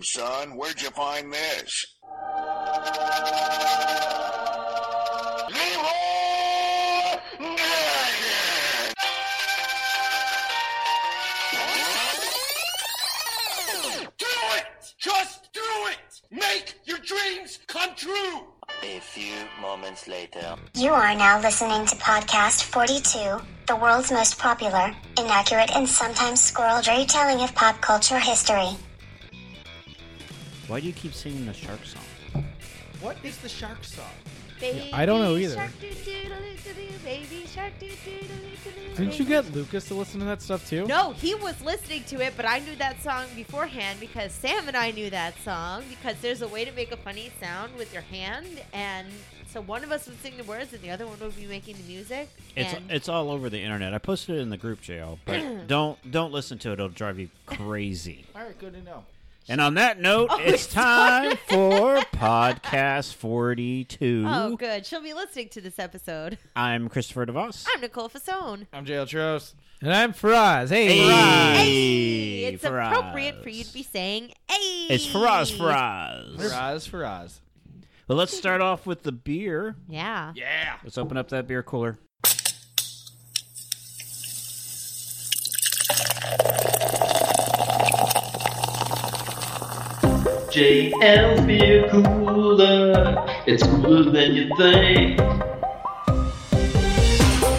son. Where'd you find this? Leroy Nugget! Do it! Just do it! Make your dreams come true! A few moments later. You are now listening to Podcast 42, the world's most popular, inaccurate, and sometimes squirreled retelling of pop culture history. Why do you keep singing the shark song? What is the shark song? Baby I don't know either. Shark doo doodly doo, baby shark doo doodly doo. Didn't you get Lucas to listen to that stuff too? No, he was listening to it, but I knew that song beforehand because Sam and I knew that song because there's a way to make a funny sound with your hand, and so one of us would sing the words and the other one would be making the music. It's and it's all over the internet. I posted it in the group jail, but don't don't listen to it. It'll drive you crazy. All right, good to know. And on that note, Oh, it's it's time for podcast 42. oh, good. She'll be listening to this episode. I'm Christopher DeVos. I'm Nicole Fasone. I'm JL Tros. And I'm Faraz. Hey, Faraz. Faraz. Hey, it's Faraz. appropriate for you to be saying "Hey." It's Faraz Faraz. Faraz Faraz. Well, let's start off with the beer. Yeah. Yeah. Let's open up that beer cooler. JL's beer cooler. It's cooler than you think.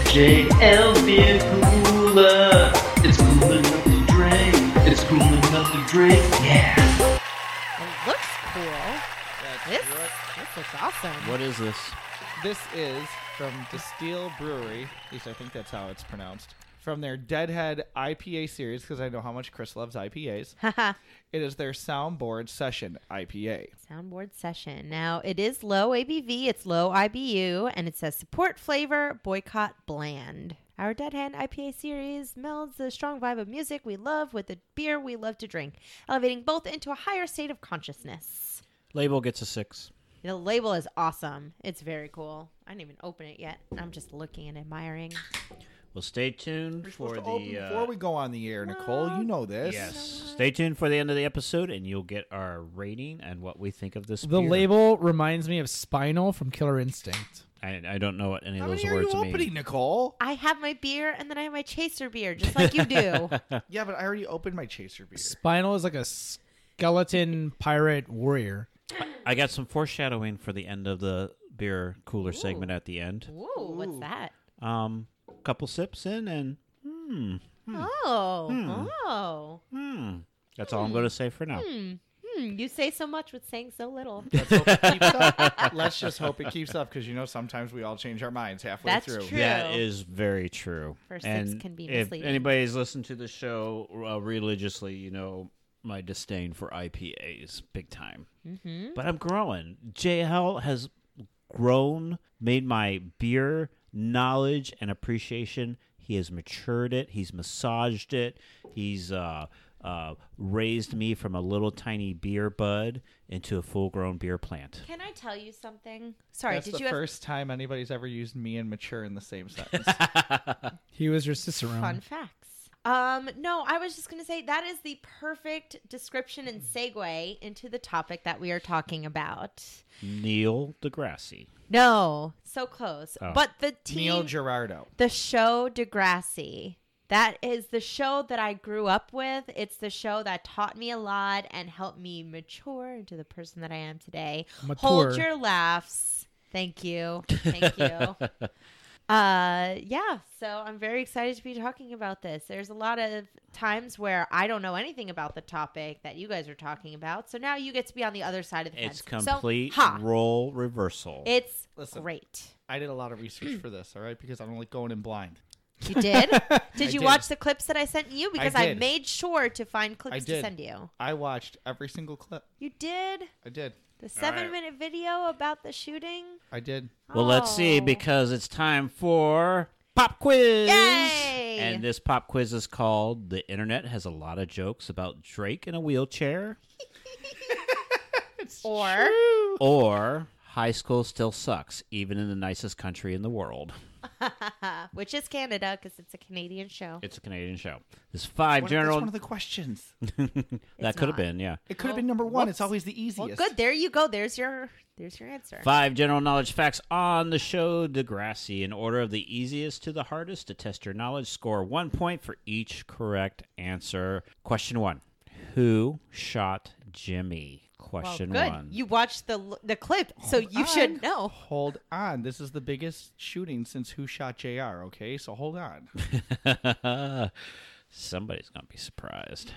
JL's beer cooler. It's cool enough to drink. It's cool enough to drink. Yeah. It looks cool. This this looks awesome. What is this? This is from Distill Brewery. At least I think that's how it's pronounced. From their Deadhead IPA series, because I know how much Chris loves IPAs. Haha. It is their Soundboard Session IPA. Soundboard session. Now it is low ABV, it's low IBU, and it says support flavor, boycott bland. Our Dead Hand IPA series melds the strong vibe of music we love with the beer we love to drink, elevating both into a higher state of consciousness. Label gets a six. The label is awesome. It's very cool. I didn't even open it yet. I'm just looking and admiring. Well, stay tuned We're for supposed the. to open uh, before we go on the air, Nicole. You know this. Yes. Stay tuned for the end of the episode, and you'll get our rating and what we think of this. The beer. label reminds me of Spinal from Killer Instinct. I, I don't know what any How of those many are you words opening, mean. Nicole? I have my beer and then I have my chaser beer, just like you do. Yeah, but I already opened my chaser beer. Spinal is like a skeleton pirate warrior. I got some foreshadowing for the end of the beer cooler segment at the end. Ooh, what's that? Um, couple sips in, and Oh, oh. hmm, that's all I'm going to say for now. Hmm, you say so much with saying so little. Let's, hope it keeps up. Let's just hope it keeps up, because you know sometimes we all change our minds halfway That's through. true. That is very true. First and sips can be if misleading. anybody's listened to the show uh, religiously, you know my disdain for IPAs, big time. Mm-hmm. But I'm growing. JL has grown, made my beer knowledge and appreciation. He has matured it. He's massaged it. He's uh, uh, raised me from a little tiny beer bud into a full-grown beer plant. Can I tell you something? Sorry, That's did the you have first time anybody's ever used me and mature in the same sentence. He was your Cicerone. fun facts? Um, no, I was just going to say that is the perfect description and segue into the topic that we are talking about. Neil deGrasse. No, so close. Oh. But the team, Neil Gerardo. the show Degrassi. That is the show that I grew up with. It's the show that taught me a lot and helped me mature into the person that I am today. Hold Mature. your laughs. Thank you. Thank you. Uh yeah, so I'm very excited to be talking about this. There's a lot of times where I don't know anything about the topic that you guys are talking about. So now you get to be on the other side of the It's fence. complete So, ha, role reversal. it's Listen. great. I did a lot of research for this, all right, because I'm like going in blind. You did? did you did. watch the clips that I sent you? Because I, did. made sure to find I clips to did. send you. I watched every single clip. You did I did. the seven minute video about the shooting. I did. Well, let's see Oh. because it's time for pop quiz. Yay! And this pop quiz is called "The Internet Has a Lot of Jokes About Drake in a Wheelchair" or or "High School Still Sucks Even in the Nicest Country in the World." uh, Which is Canada because it's a Canadian show. It's a Canadian show. There's five What- That's general. one of the questions. that could have not. been, yeah. It could have been number one. It's always the easiest. Well, good. There you go. There's your there's your answer. Five general knowledge facts on the show Degrassi in order of the easiest to the hardest to test your knowledge. Score one point for each correct answer. Question one Who shot Jimmy? Well, Question Oh, good. one. You watched the l- the clip, so you should on. know. Hold on. This is the biggest shooting since Who Shot JR, okay? So hold on. Somebody's going to be surprised.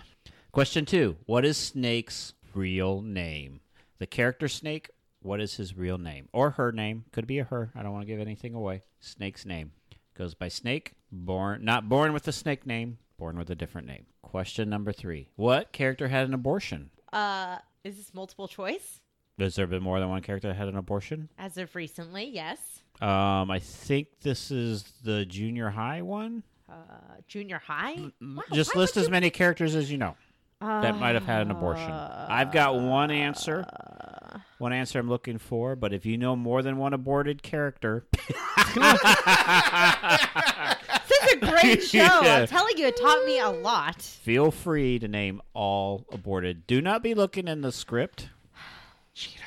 Question two What is Snake's real name? The character Snake, what is his real name? Or her name. Could be a her. I don't want to give anything away. Snake's name goes by Snake, born not born with a snake name, born with a different name. Question number three What character had an abortion? Uh, is this multiple choice? Has there been more than one character that had an abortion? As of recently, yes. Um, I think this is the junior high one. Uh, junior high. Wow, Just why list would as you- many characters as you know that might have had an abortion. I've got one answer. Uh. One answer I'm looking for, but if you know more than one aborted character, This is a great show. Yeah. I'm telling you, it taught me a lot. feel free to name all aborted. Do not be looking in the script. Cheater.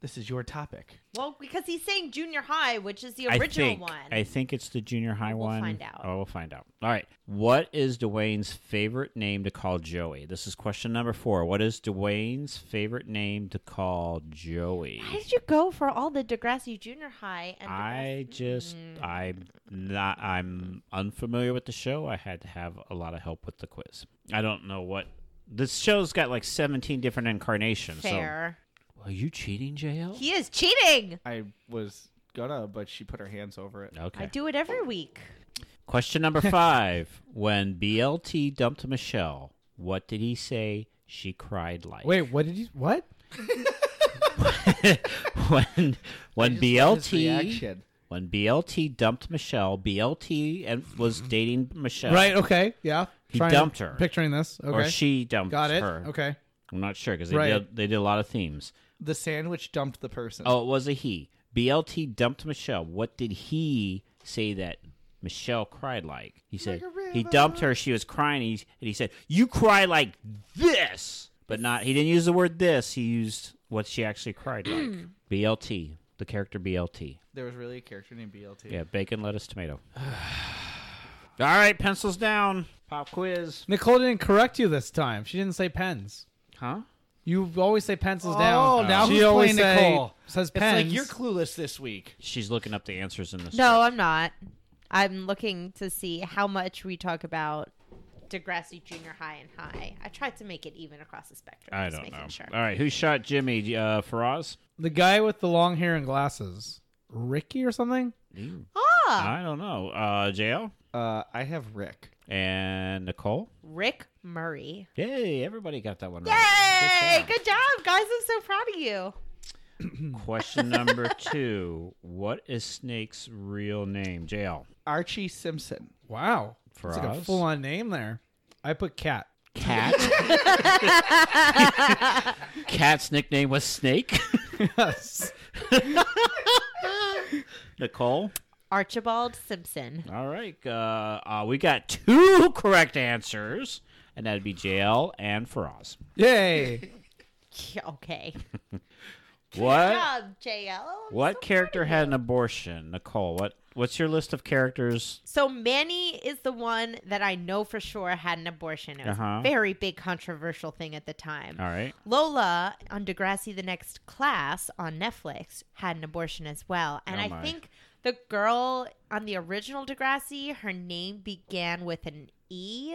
This is your topic. Well, because he's saying junior high, which is the original I think, one. I think it's the junior high We'll one. find out. Oh, we'll find out. All right. What is Dwayne's favorite name to call Joey? This is question number four. What is Dwayne's favorite name to call Joey? Why did you go for all the Degrassi junior high? And I just Mm-hmm. I'm not I'm unfamiliar with the show. I had to have a lot of help with the quiz. I don't know what this show's got like 17 different incarnations. fair. So are you cheating, JL? He is cheating. I was gonna, but she put her hands over it. okay. I do it every week. Question number 5. when BLT dumped Michelle, what did he say she cried like? Wait, what did you? What? when when His BLT reaction. when BLT dumped Michelle, BLT and was dating Michelle. Mm-hmm. Right. Okay. Yeah. He to- dumped her. Picturing this. Okay. Or she dumped Got it. her. Okay. I'm not sure because they Right. did, they did a lot of themes. The sandwich dumped the person. Oh, it was a he. BLT dumped Michelle. What did he say that Michelle cried like? He said he dumped her. She was crying. He, and he said, "You cry like this," but not. He didn't use the word this. He used what she actually cried like. BLT, the character BLT. There was really a character named BLT. Yeah, bacon, lettuce, tomato. All right, pencils down. Pop quiz. Nicole didn't correct you this time. She didn't say pens. Huh? You always say pencils Oh, down. now she who's always playing say- Nicole? Says It's pens. like you're clueless this week. She's looking up the answers in this. No, I'm not. I'm looking to see how much we talk about Degrassi junior high and high. I tried to make it even across the spectrum. I just don't making know. Uh, Sure. All right, who shot Jimmy? Uh, Faraz. the guy with the long hair and glasses, Ricky or something. Ah, I don't know. Uh, JL Uh, I have Rick. and Nicole. Rick Murray. Yay, everybody got that one right. Yay! Good job, guys. I'm so proud of you. Hmm. Question number two What is Snake's real name? JL. Archie Simpson. Wow. For It's like a us? full on name there. I put cat. Cat. Cat's nickname was Snake. Yes. Nicole. Archibald Simpson. All right. Uh, uh, we got two correct answers, and that'd be JL and Faraz. Yay. Yeah, Okay. What? Good job, JL. I'm so Uh, What proud character of had you. an abortion? Nicole, what what's your list of characters? So Manny is the one that I know for sure had an abortion. It was Uh-huh. a very big controversial thing at the time. All right. Lola on Degrassi the Next Class on Netflix had an abortion as well. And Oh I my. think the girl on the original Degrassi, her name began with an E,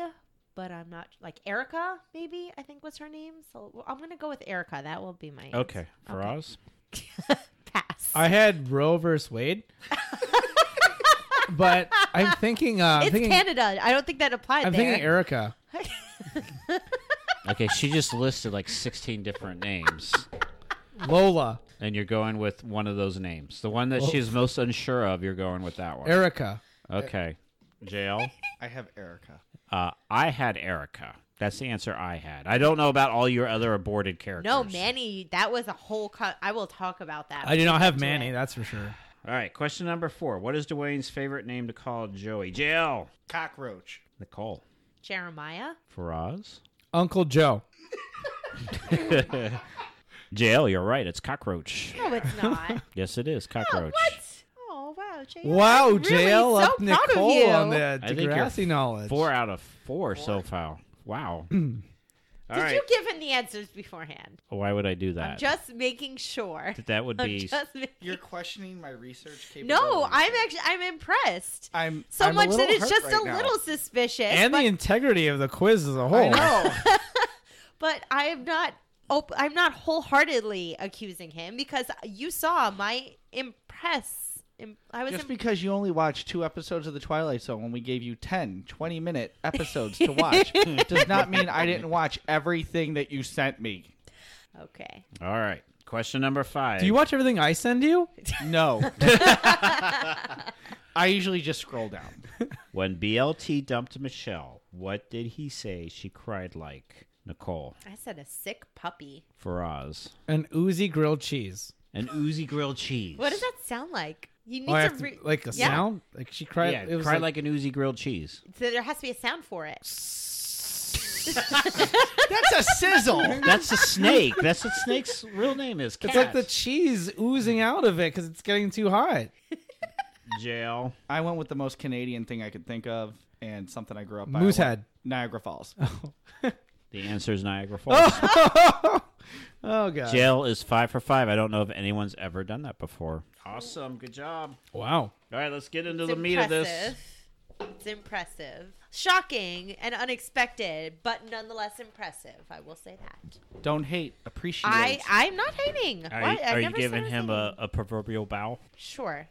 but I'm not like Erica, maybe I think was her name. So well, I'm going to go with Erica. That will be my answer. Okay, Faraz. Pass. I had Roe versus Wade. but I'm thinking. Uh, I'm it's thinking, Canada. I don't think that applied I'm there. thinking Erica. Okay, she just listed like 16 different names, Lola. and you're going with one of those names. The one that she's most unsure of, you're going with that one. Erica. okay, JL. I have Erica. Uh, I had Erica. That's the answer I had. I don't know about all your other aborted characters. No, Manny, that was a whole. Co- I will talk about that. I do not have Manny, that's for sure. All right, question number four. What is Dwayne's favorite name to call Joey? JL. Cockroach. Nicole. Jeremiah. Faraz. Uncle Joe. JL, you're right. It's cockroach. No, it's not. Yes, it is oh, cockroach. what? Oh, wow, JL. Wow, I'm really JL so up proud of Nicole you. on that I think you're Degrassi knowledge. Four out of four, so far. Wow. All Did right. you give him the answers beforehand? Why would I do I'm that? just making sure. that would I'm be. just making- Uh, You're questioning my research capability. no, I'm actually I'm impressed. I'm So I'm a much that little it's hurt just right a now. little suspicious. and but, the integrity of the quiz as a I whole. know. but I'm not. Op- I'm not wholeheartedly accusing him because you saw my impress. Im- I was Just im- because you only watched two episodes of The Twilight Zone when we gave you 10, 20 minute episodes to watch does not mean I didn't watch everything that you sent me. okay. All right. Question number five. Do you watch everything I send you? No. I usually just scroll down. when BLT dumped Michelle, what did he say she cried like? Nicole. I said a sick puppy. Faraz. An oozy grilled cheese. An oozy grilled cheese. What does that sound like? You need Oh, I to, have to- re- like a Yeah. sound? Like she cried. yeah, it was cried like, an oozy grilled cheese. So there has to be a sound for it. That's a sizzle. That's a snake. That's what snake's real name is. it's like the Cat. cheese oozing out of it because it's getting too hot. jail. I went with the most Canadian thing I could think of and something I grew up by. Moosehead. I went- Niagara Falls. The answer is Niagara Falls. Oh god. Jail is five for five. I don't know if anyone's ever done that before. Awesome. Good job. Wow. All right, let's get into It's the meat of this. impressive. It's impressive. Shocking and unexpected, but nonetheless impressive. I will say that. Don't hate, appreciate. I I'm not hating. Are, What? you, I are you never said I giving was him a, hating. a proverbial bow? sure?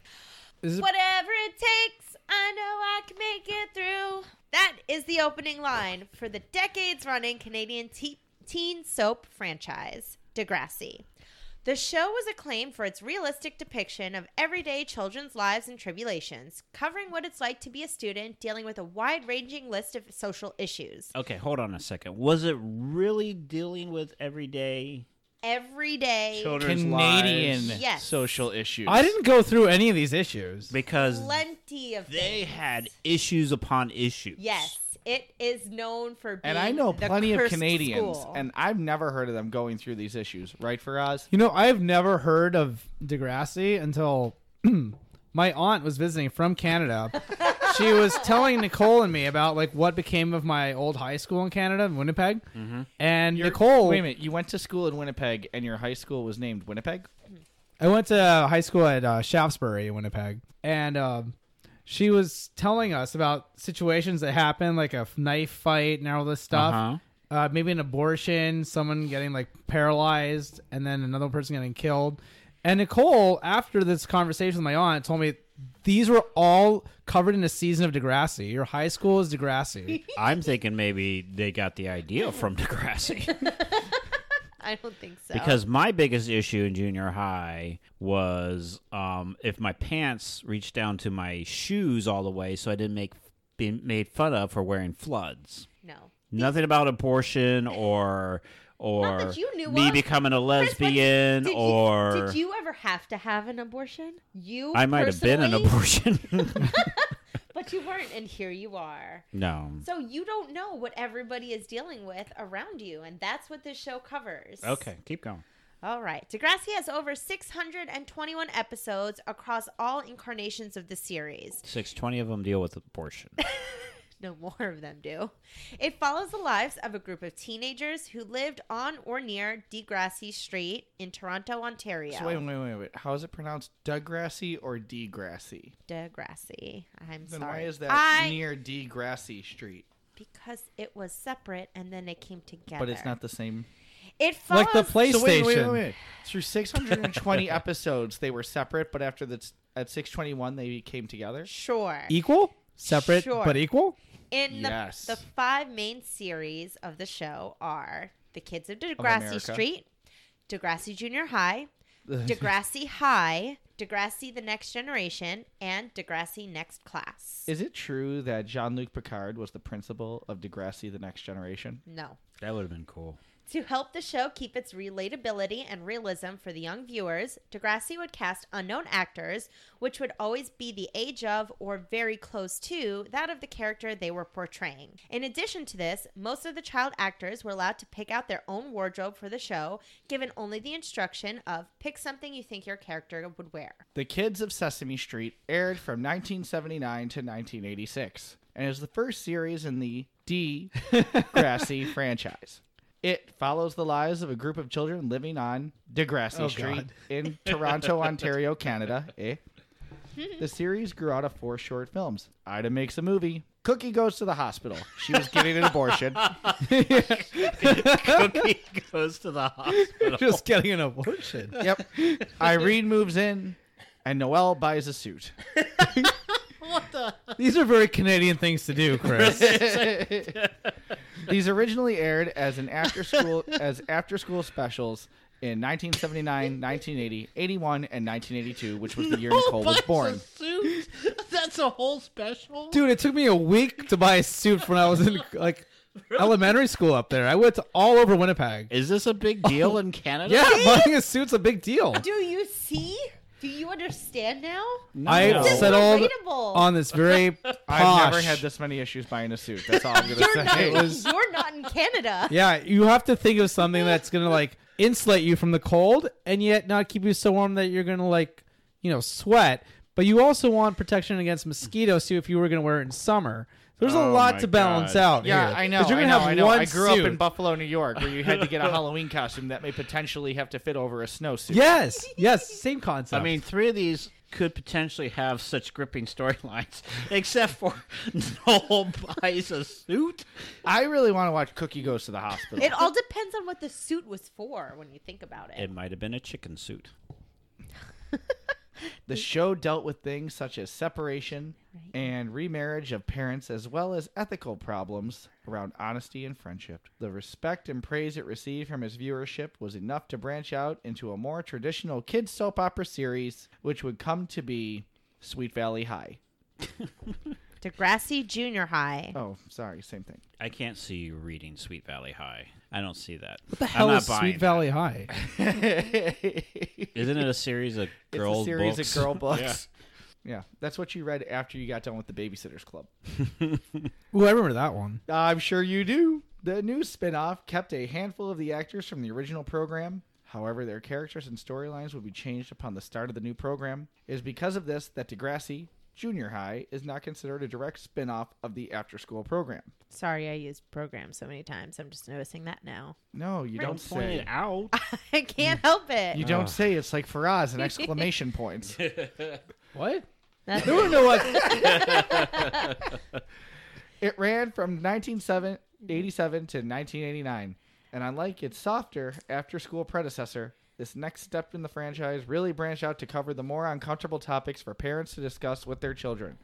Is it- Whatever it takes, I know I can make it through. That is the opening line for the decades running Canadian te- teen soap franchise, Degrassi. The show was acclaimed for its realistic depiction of everyday children's lives and tribulations, covering what it's like to be a student dealing with a wide ranging list of social issues. Okay, hold on a second. Was it really dealing with everyday Everyday. children's Canadian lives? Yes. social issues. I didn't go through any of these issues. Because Plenty of they things. had issues upon issues. Yes, it is known for being. And I know the plenty of cursed Canadians, school. and I've never heard of them going through these issues, right, Faraz? You know, I have never heard of Degrassi until my aunt was visiting from Canada. she was telling Nicole and me about like what became of my old high school in Canada in Winnipeg. Mm-hmm. And Nicole, Wait a minute, you went to school in Winnipeg, and your high school was named Winnipeg? I went to high school at uh, Shaftesbury in Winnipeg, and um, she was telling us about situations that happened, like a f- knife fight and all this stuff. Uh-huh. Uh, maybe an abortion, someone getting like paralyzed, and then another person getting killed. And Nicole, after this conversation with my aunt, told me these were all covered in a season of Degrassi. Your high school is Degrassi. I'm thinking maybe they got the idea from Degrassi. I don't think so. Because my biggest issue in junior high was um, if my pants reached down to my shoes all the way, so I didn't make being made fun of for wearing floods. no, Nothing about abortion or or that you knew me of. becoming a Chris, what- lesbian did you- or did you ever have to have an abortion? You I might have been an personally? abortion. but you weren't, and here you are. no. So you don't know what everybody is dealing with around you, and that's what this show covers. Okay, keep going. All right. Degrassi has over 621 episodes across all incarnations of the series. Six twenty of them deal with abortion. no more of them do. It follows the lives of a group of teenagers who lived on or near Degrassi Street in Toronto, Ontario. So wait, wait, wait, wait. How is it pronounced? Degrassi or Degrassi? Degrassi. I'm Then sorry. why is that I- near Degrassi Street? Because it was separate and then it came together. But it's not the same. It follows like the PlayStation. So wait, wait, wait, wait. Through 620 episodes, they were separate, but after the, at 621, they came together. Sure. Equal, separate, Sure. but equal. In the, Yes. the five main series of the show are The Kids of Degrassi America. Street, Degrassi Junior High, Degrassi High, Degrassi The Next Generation, and Degrassi Next Class. Is it true that Jean Luc Picard was the principal of Degrassi: The Next Generation? no. That would have been cool. To help the show keep its relatability and realism for the young viewers, Degrassi would cast unknown actors, which would always be the age of or very close to that of the character they were portraying. In addition to this, most of the child actors were allowed to pick out their own wardrobe for the show, given only the instruction of pick something you think your character would wear. The Kids of Sesame Street aired from 1979 to 1986 and is the first series in the D. Grassy franchise. It follows the lives of a group of children living on Degrassi Street in Toronto, Ontario, Canada. Eh? The series grew out of four short films. Ida makes a movie. Cookie goes to the hospital. She was getting an abortion. Cookie goes to the hospital. Just getting an abortion. Yep. Irene moves in, and Noelle buys a suit. These are very Canadian things to do, Chris. These originally aired as an after school as after school specials in 1979, 1980, 81, and 1982, which was the year Nicole was born. That's a whole special. Dude, it took me a week to buy a suit when I was in like elementary school up there. I went to all over Winnipeg. Is this a big deal in Canada? Yeah, buying a suit's a big deal. Do you see? Do you understand now? I No. This is settled relatable. on this very posh. I've never had this many issues buying a suit. That's all I'm gonna You're not, say. you're not in Canada. Yeah, you have to think of something that's gonna like insulate you from the cold and yet not keep you so warm that you're gonna like, you know, sweat. But you also want protection against mosquitoes too if you were gonna wear it in summer. There's a Oh lot my to balance God. out. Yeah, here. I know. 'Cause You're I gonna know. have I, know. one I grew up in suit. Buffalo, New York, where you had to get a Halloween costume that may potentially have to fit over a snowsuit. Yes, yes, same concept. I mean, three of these could potentially have such gripping storylines, except for Noel buys a suit. I really want to watch Cookie Goes to the Hospital. It all depends on what the suit was for when you think about it. It might have been a chicken suit. The show dealt with things such as separation and remarriage of parents, as well as ethical problems around honesty and friendship. The respect and praise it received from its viewership was enough to branch out into a more traditional kids' soap opera series, which would come to be Sweet Valley High. Degrassi Junior High. Oh, sorry, same thing. I can't see you reading Sweet Valley High. I don't see that. What the hell I'm not is buying Sweet that. Valley High? it's Isn't it a series of girl a series books? of girl books. yeah, that's what you read after you got done with the Babysitters Club. Ooh, I remember that one. I'm sure you do. The new spin-off kept a handful of the actors from the original program. However, their characters and storylines would be changed upon the start of the new program. It is because of this that Degrassi Junior High is not considered a direct spin-off of the after-school program. Sorry, I used program so many times. I'm just noticing that now. No, you don't, Don't point say. it out. I can't help it. You don't say. It's like Faraz and exclamation points. What? That's- There were no other. It ran from 1987 to 1989, and unlike its softer after-school predecessor, this next step in the franchise really branched out to cover the more uncomfortable topics for parents to discuss with their children,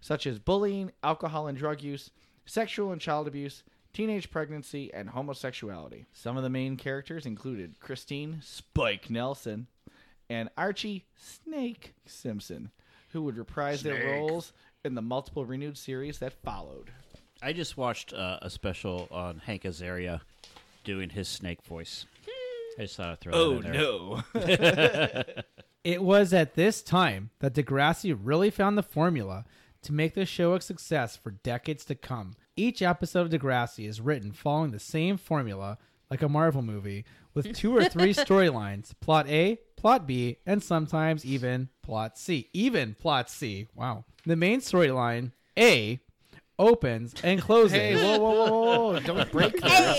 such as bullying, alcohol and drug use, sexual and child abuse, teenage pregnancy, and homosexuality. Some of the main characters included Christine Spike Nelson and Archie Snake Simpson, who would reprise their roles in the multiple renewed series that followed. I just watched uh, a special on Hank Azaria doing his snake voice. I just thought I'd throw that in there. no. It was at this time that Degrassi really found the formula to make the show a success for decades to come. Each episode of Degrassi is written following the same formula, like a Marvel movie, with two or three storylines plot A, plot B, and sometimes even plot C. Even plot C. Wow. The main storyline, A, opens and closes. Hey, whoa, whoa, whoa, whoa, whoa. Don't break that.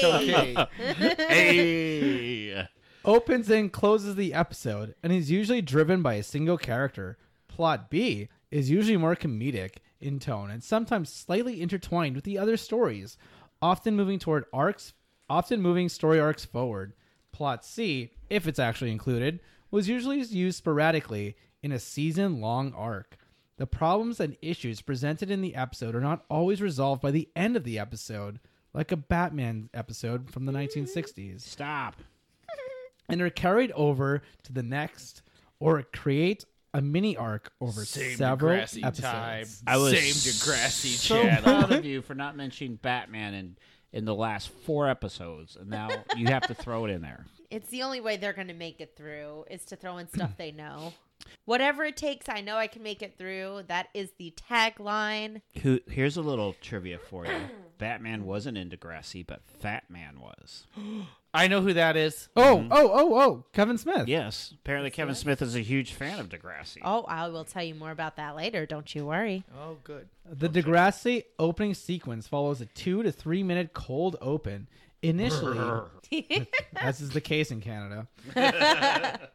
It's okay. Hey! opens and closes the episode and is usually driven by a single character. Plot B is usually more comedic in tone and sometimes slightly intertwined with the other stories, often moving toward arcs, often moving story arcs forward. Plot C, if it's actually included, was usually used sporadically in a season long arc. The problems and issues presented in the episode are not always resolved by the end of the episode, like a Batman episode from the 1960s Stop. and are carried over to the next or create a mini arc over several Degrassi episodes. time. I was Same Degrassi so channel. proud of you for not mentioning Batman and in the last four episodes, and now you have to throw it in there. It's the only way they're going to make it through is to throw in stuff they know. Whatever it takes, I know I can make it through. That is the tagline. Who, here's a little trivia for you. Batman wasn't into Grassy, but Fat Man was. I know who that is. Mm-hmm. Oh, oh, oh, oh, Kevin Smith. Yes, apparently Kevin Smith is a huge fan of Degrassi. Oh, I will tell you more about that later. Don't you worry. Oh, good. The Degrassi opening sequence follows a two to three minute cold open. Initially, as is the case in Canada,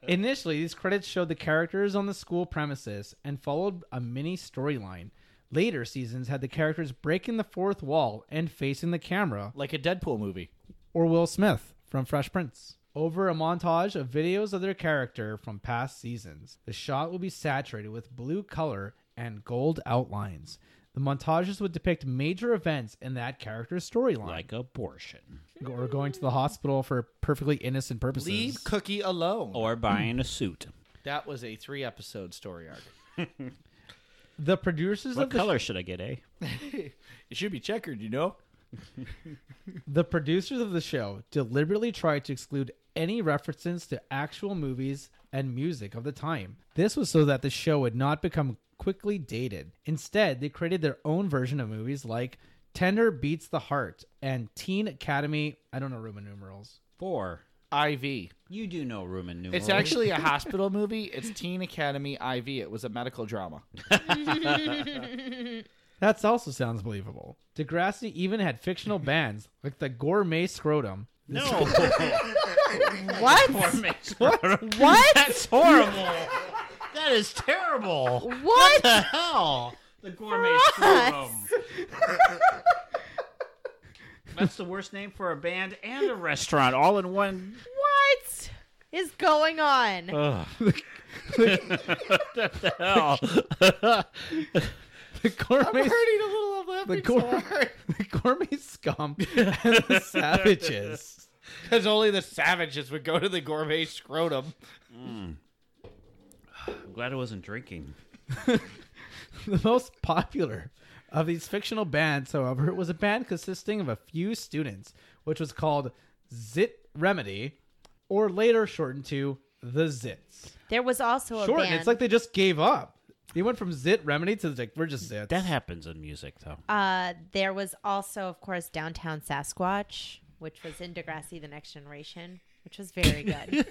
initially these credits showed the characters on the school premises and followed a mini storyline. Later seasons had the characters breaking the fourth wall and facing the camera, Like a Deadpool movie. or Will Smith from Fresh Prince. Over a montage of videos of their character from past seasons, the shot will be saturated with blue color and gold outlines. The montages would depict major events in that character's storyline, Like abortion. or going to the hospital for perfectly innocent purposes. Leave Cookie alone. Or buying a suit. That was a three episode story arc. The producers What of the color should I get, eh? It should be checkered, you know? The producers of the show deliberately tried to exclude any references to actual movies and music of the time. This was so that the show would not become quickly dated. Instead, they created their own version of movies like Tender Beats the Heart and Teen Academy. I don't know Roman numerals. Four. IV. You do know Roman numerals. It's actually a hospital movie. It's Teen Academy IV. It was a medical drama. That also sounds believable. Degrassi even had fictional bands like the Gourmet Scrotum. no. What? What? That's horrible. that is terrible. What? the hell? the gourmet Ross! That's the worst name for a band and a restaurant all in one. What is going on? Hell. The Gourmet a little of the, gour- the Gourmet Scum and the Savages. Because only the savages would go to the gourmet scrotum. I'm glad I wasn't drinking. The most popular of these fictional bands, however, was a band consisting of a few students, which was called Zit Remedy, or later shortened to the Zits. There was also a Shortened, band. it's like they just gave up. They went from Zit Remedy to like we're just Zits. That happens in music, though. uh, there was also, of course, Downtown Sasquatch, which was in Degrassi: The Next Generation, which was very good.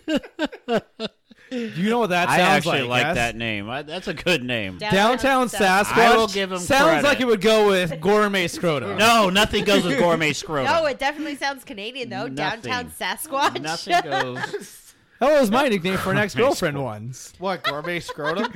you know what that I sounds actually like, yes? that name. I, that's a good name. Downtown Sasquatch I will give 'em sounds credit. like it would go with Gourmet Scrotum. no, nothing goes with gourmet scrotum. No, Oh, it definitely sounds Canadian though. Downtown Sasquatch. Nothing goes. That was my nickname for an ex-girlfriend once. What, gourmet scrotum?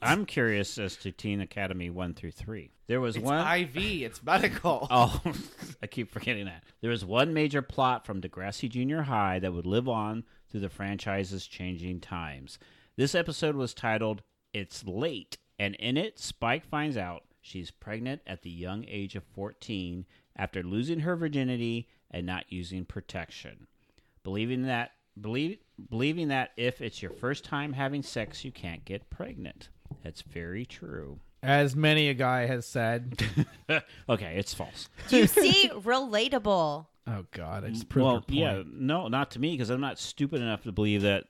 I'm curious as to Teen Academy one through three. There was one. IV. It's medical. Oh, I keep forgetting that. There was one major plot from Degrassi Junior High that would live on through the franchise's changing times. This episode was titled It's Late, and in it, Spike finds out she's pregnant at the young age of 14 after losing her virginity and not using protection. Believing that believe, believing that if it's your first time having sex, you can't get pregnant. That's very true. As many a guy has said. okay, it's false. You see, relatable. Oh God, I just proved well, your point. yeah, no, not to me because I'm not stupid enough to believe that.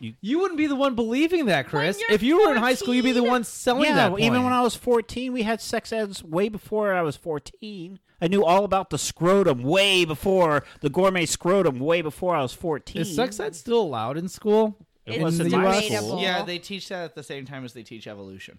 You wouldn't be the one believing that, Chris. you're If you were in high school, you'd be the 14. one selling that. Oh, well, even point. when I was 14, we had sex eds way before I was 14. I knew all about the scrotum way before the gourmet scrotum way before I was 14. is sex ed still allowed in school? It's in the my U.S. school. relatable. Yeah, they teach that at the same time as they teach evolution.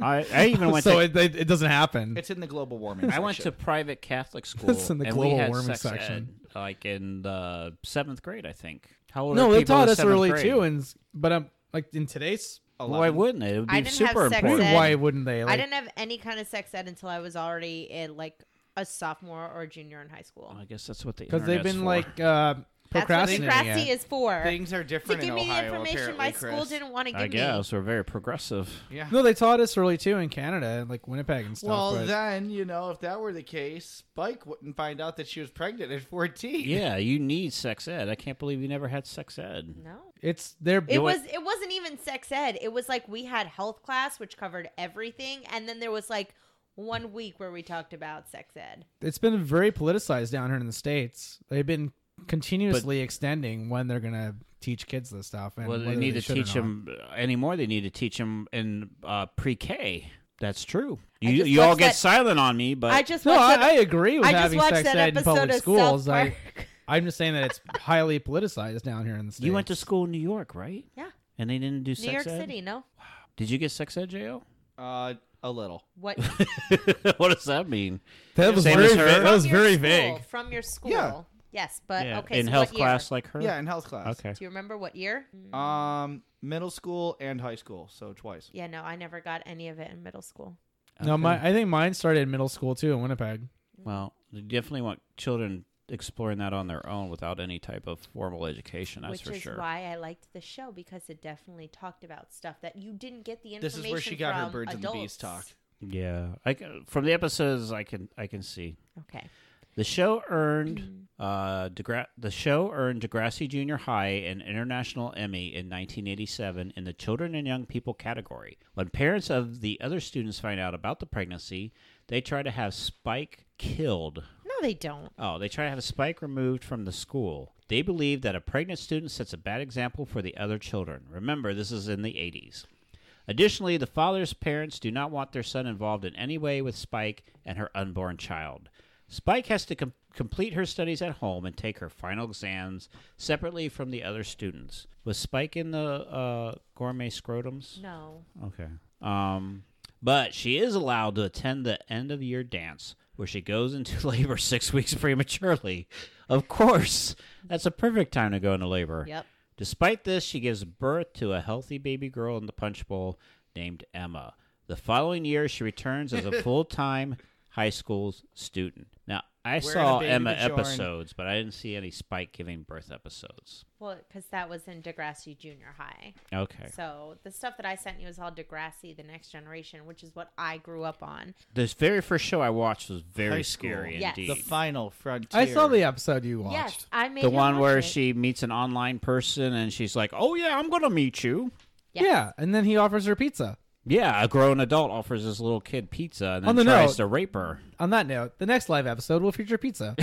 I, I even went so to it, it, it doesn't happen. It's in the global warming. I went to section. private Catholic school. That's in the and we global had warming sex section. ed, like in the seventh grade, I think. How old No, are they people taught in us seventh early grade? Oh. too, and s- but um, like in today's, why wouldn't it? It would be I didn't have super sex important. ed. why wouldn't they? Like, I didn't have any kind of sex ed until I was already in like a sophomore or junior in high school. I guess that's what the because they've internet's been for. like uh, That's what procrastinating. Degrassi it. is for. Things are to different give in me the Ohio, information apparently, my school Chris. didn't want to give I me. guess we're very progressive. Yeah. No, they taught us early too in Canada, and like Winnipeg and stuff. Well, but- then, you know, if that were the case, Spike wouldn't find out that she was pregnant at 14. Yeah, you need sex ed. I can't believe you never had sex ed. No. it's their It you know was what? it wasn't even sex ed. It was like we had health class which covered everything and then there was like one week where we talked about sex ed. It's been very politicized down here in the states. They've been continuously extending when they're gonna teach kids this stuff. And Well, they whether need to should or teach not. them anymore. They need to teach them in uh, pre-K. That's true. You, just you all watched get that- silent on me, but I just No, watched that- I, I agree with I just having watched sex that ed in episode public of schools. South I, Park. I'm just saying that it's highly politicized down here in the states. you went to school in New York, right? Yeah. And they didn't do New sex York ed? City, no? Did you get sex ed, JL? Uh, a little. What? what does that mean? that was Same very as her. vague. That was from your very school, vague. From your school. Yeah. Yes, but Yeah, okay. in so health what year? class like her? Yeah, in health class. Okay. Do you remember what year? Mm, Um, middle school and high school, so twice. Yeah, no, I never got any of it in middle school. No, my I think mine started in middle school too in Winnipeg. Well, you definitely want children exploring that on their own without any type of formal education. That's which for is sure. why I liked the show because it definitely talked about stuff that you didn't get the This information is where she got her from birds adults. and the bees talk. Yeah, I can, from the episodes I can I can see Okay. the show earned uh DeGra- the show earned Degrassi Junior High an international Emmy in 1987 in the Children and Young People category. When parents of the other students find out about the pregnancy, they try to have Spike killed. No, they don't. Oh, they try to have Spike removed from the school. They believe that a pregnant student sets a bad example for the other children. Remember, this is in the 80s. Additionally, the father's parents do not want their son involved in any way with Spike and her unborn child. Spike has to com- complete her studies at home and take her final exams separately from the other students. Was Spike in the uh, gourmet scrotums? No. Okay. Um, but she is allowed to attend the end of year dance where she goes into labor six weeks prematurely. Of course, that's a perfect time to go into labor. Yep. Despite this, she gives birth to a healthy baby girl in the punch bowl named Emma. The following year, she returns as a full time high school student. Now, I saw baby Emma Bjorn. episodes, but I didn't see any Spike giving birth episodes. Well, because that was in Degrassi Junior High. Okay. So the stuff that I sent you is all Degrassi, The Next Generation, which is what I grew up on. This very first show I watched was High very school. scary Yes. indeed. The final frontier. I saw the episode you watched. Yes, I made the him one watch where it. she meets an online person and she's like, "Oh yeah, I'm gonna meet you." Yes. Yeah, and then he offers her pizza. Yeah, a grown adult offers this little kid pizza and then On the tries note- to rape her. On that note, the next live episode will feature pizza.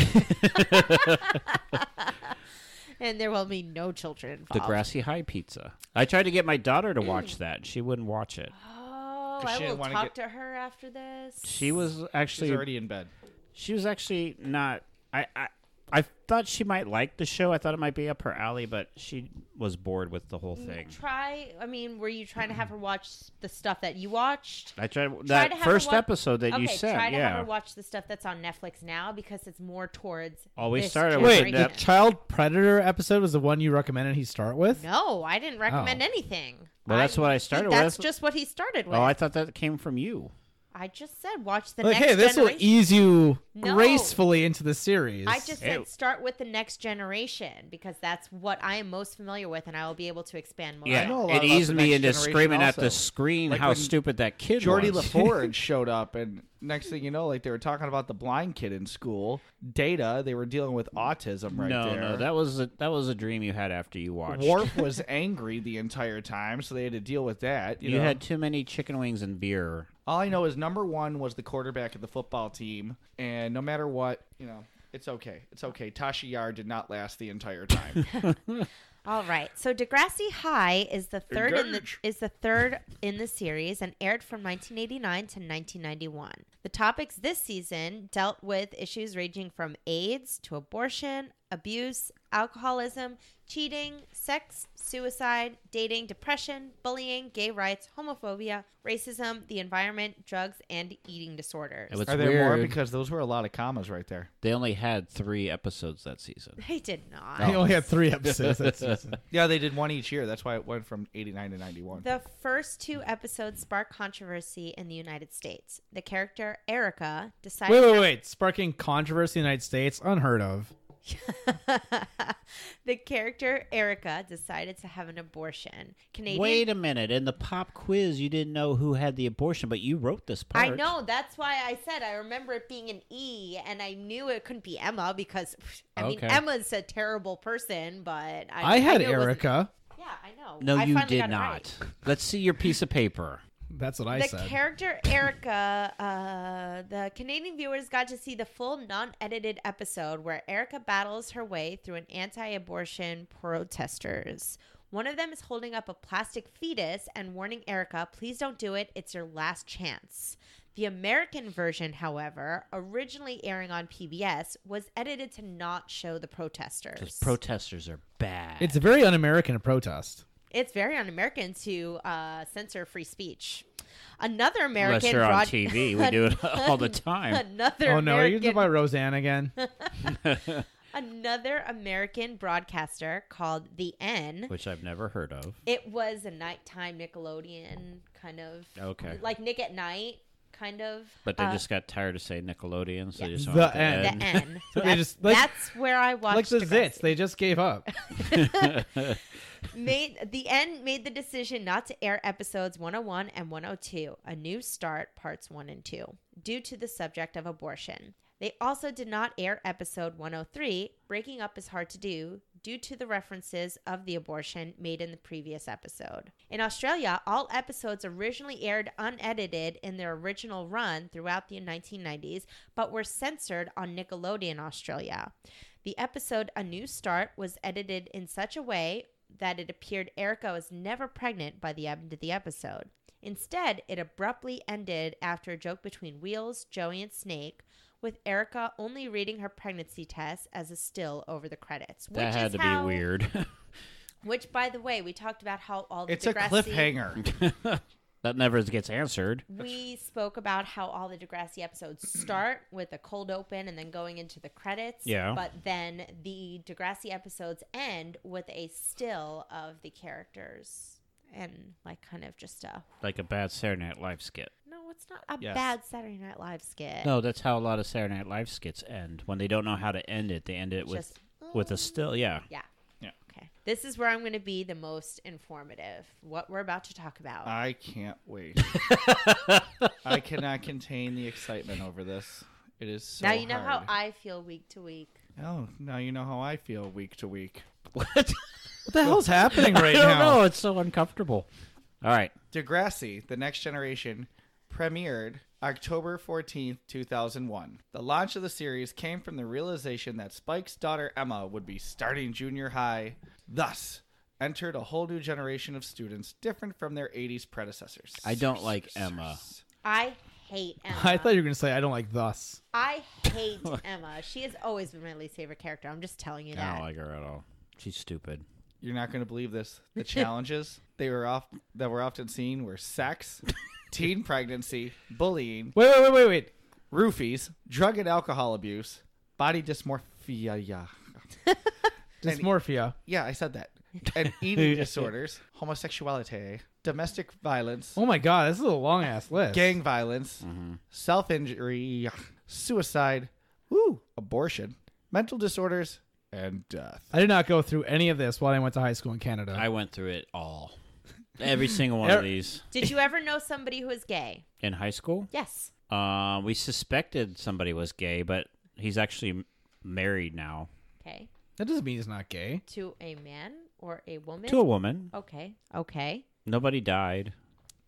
and there will be no children The involved. grassy high pizza. I tried to get my daughter to watch that. and She wouldn't watch it. Oh, 'Cause I she will didn't wanna talk to her after this. She was She's actually already in bed. she was actually not. I, I I thought she might like the show. I thought it might be up her alley, but she was bored with the whole thing. Mm, Try. I mean, were you trying to have her watch the stuff that you watched? I tried Try that to have her first wa- episode that okay, you said. Try to yeah, have her watch the stuff that's on Netflix now because it's more towards. Oh, we this started with Wait, Wait, the that- generation. child predator episode was the one you recommended he start with? No, I didn't recommend anything. Oh. Well, that's what I started That's with. just what he started with. oh, I, I thought that came from you. just said watch the Like, next hey, this will generation. ease you No. gracefully into the series. I just said Ew. start with the next generation because that's what I am most familiar with, and I will be able to expand more. know a lot it about the eased me next into generation screaming at also. the screen Like how when stupid that kid Jordy was. LaForge showed up, and next thing you know, like they were talking about the blind kid in school. Data, they were dealing with autism right no, there. no, that was a, that was a dream you had after you watched. Worf was angry the entire time, so they had to deal with that. You, you know? had too many chicken wings and beer. all I know is number one was the quarterback of the football team, and no matter what, you know, it's okay. It's okay. Tasha Yar did not last the entire time. All right. So Degrassi High is the third in the, is the third in the series and aired from 1989 to 1991. The topics this season dealt with issues ranging from AIDS to abortion, abuse, alcoholism, cheating, sex, suicide, dating, depression, bullying, gay rights, homophobia, racism, the environment, drugs, and eating disorders. It was Are there weird. more? Because those were a lot of commas right there. they only had three episodes that season. They did not. I only had three episodes that season. Yeah, they did one each year. That's why it went from 89 to 91. The first two episodes sparked controversy in the United States. The character Erica decided. Wait, wait, wait. Sparking controversy in the United States? Unheard of. the character Erica decided to have an abortion. Canadian. Wait a minute! In the pop quiz, you didn't know who had the abortion, but you wrote this part. I know. That's why I said I remember it being an E, and I knew it couldn't be Emma because I mean Okay. Emma's a terrible person, but I, I had knew it wasn't- Erica. Yeah, I know. No, I you finally did got it not. right. Let's see your piece of paper. That's what I the said. character Erica, uh, the Canadian viewers got to see the full non edited episode where Erica battles her way through an anti abortion protesters. One of them is holding up a plastic fetus and warning Erica, please don't do it, it's your last chance. The American version, however, originally airing on PBS, was edited to not show the protesters. Because protesters are bad. it's very un-American to protest. it's very un-American to uh, censor free speech. Another American Unless you're on broad- TV, we do it all the time. Another Oh no, are you American, talking about Roseanne again? another American broadcaster called The N. Which I've never heard of. It was a nighttime Nickelodeon kind of Okay. like Nick at Night kind of. But they uh, just got tired of saying Nickelodeon, so they just The went with the end. N. The N. So they that's, just, like- that's where I watched like the Degrassi. zits, they just gave up. made the end made the decision not to air episodes 101 and 102 a new start parts 1 and 2 due to the subject of abortion they also did not air episode 103 breaking up is hard to do due to the references of the abortion made in the previous episode in australia all episodes originally aired unedited in their original run throughout the 1990s but were censored on nickelodeon australia the episode A New Start was edited in such a way that it appeared Erica was never pregnant by the end of the episode. Instead, it abruptly ended after a joke between Wheels, Joey, and Snake, with Erica only reading her pregnancy test as a still over the credits. That which had is to how- be weird. Which, by the way, we talked about how all the It's a Degrassi- cliffhanger. that never gets answered. We spoke about how all the Degrassi episodes start with a cold open and then going into the credits. Yeah. But then the Degrassi episodes end with a still of the characters and like kind of just a Like a bad Saturday Night Live skit. no, it's not a Yes. bad Saturday Night Live skit. No, that's how a lot of Saturday Night Live skits end. When they don't know how to end it, they end it with Just, with a still. Yeah. Yeah. Yeah. Okay. This is where I'm going to be the most informative. What we're about to talk about. I can't wait. I cannot contain the excitement over this. It is so now you know hard. how I feel week to week. Oh, now you know how I feel week to week. What? What the hell's happening right I don't now? know. It's so uncomfortable. All right. Degrassi, The Next Generation, premiered October 14th, 2001. The launch of the series came from the realization that Spike's daughter Emma would be starting junior high, thus, entered a whole new generation of students different from their 80s predecessors. I don't like Emma. I hate Emma. I thought you were gonna say I don't like thus. I hate Emma. She has always been my least favorite character. I'm just telling you I that. don't like her at all. She's stupid. You're not going to believe this. The challenges they were off that were often seen were sex, teen pregnancy, bullying, Wait, wait, wait, wait, wait. roofies, drug and alcohol abuse, body dysmorphia. Dysmorphia. Yeah, I said that. And eating disorders, homosexuality, domestic violence, Oh my god, this is a long ass list. gang violence, self injury, suicide, woo, abortion, mental disorders, and death. I did not go through any of this while I went to high school in Canada. I went through it all. Every single one of Er- these Did you ever know somebody who was gay? in high school. Yes. Uh, we suspected somebody was gay, but he's actually m- married now Okay. that doesn't mean he's not gay. To a man or a woman? to a woman. Okay. Okay. Nobody died.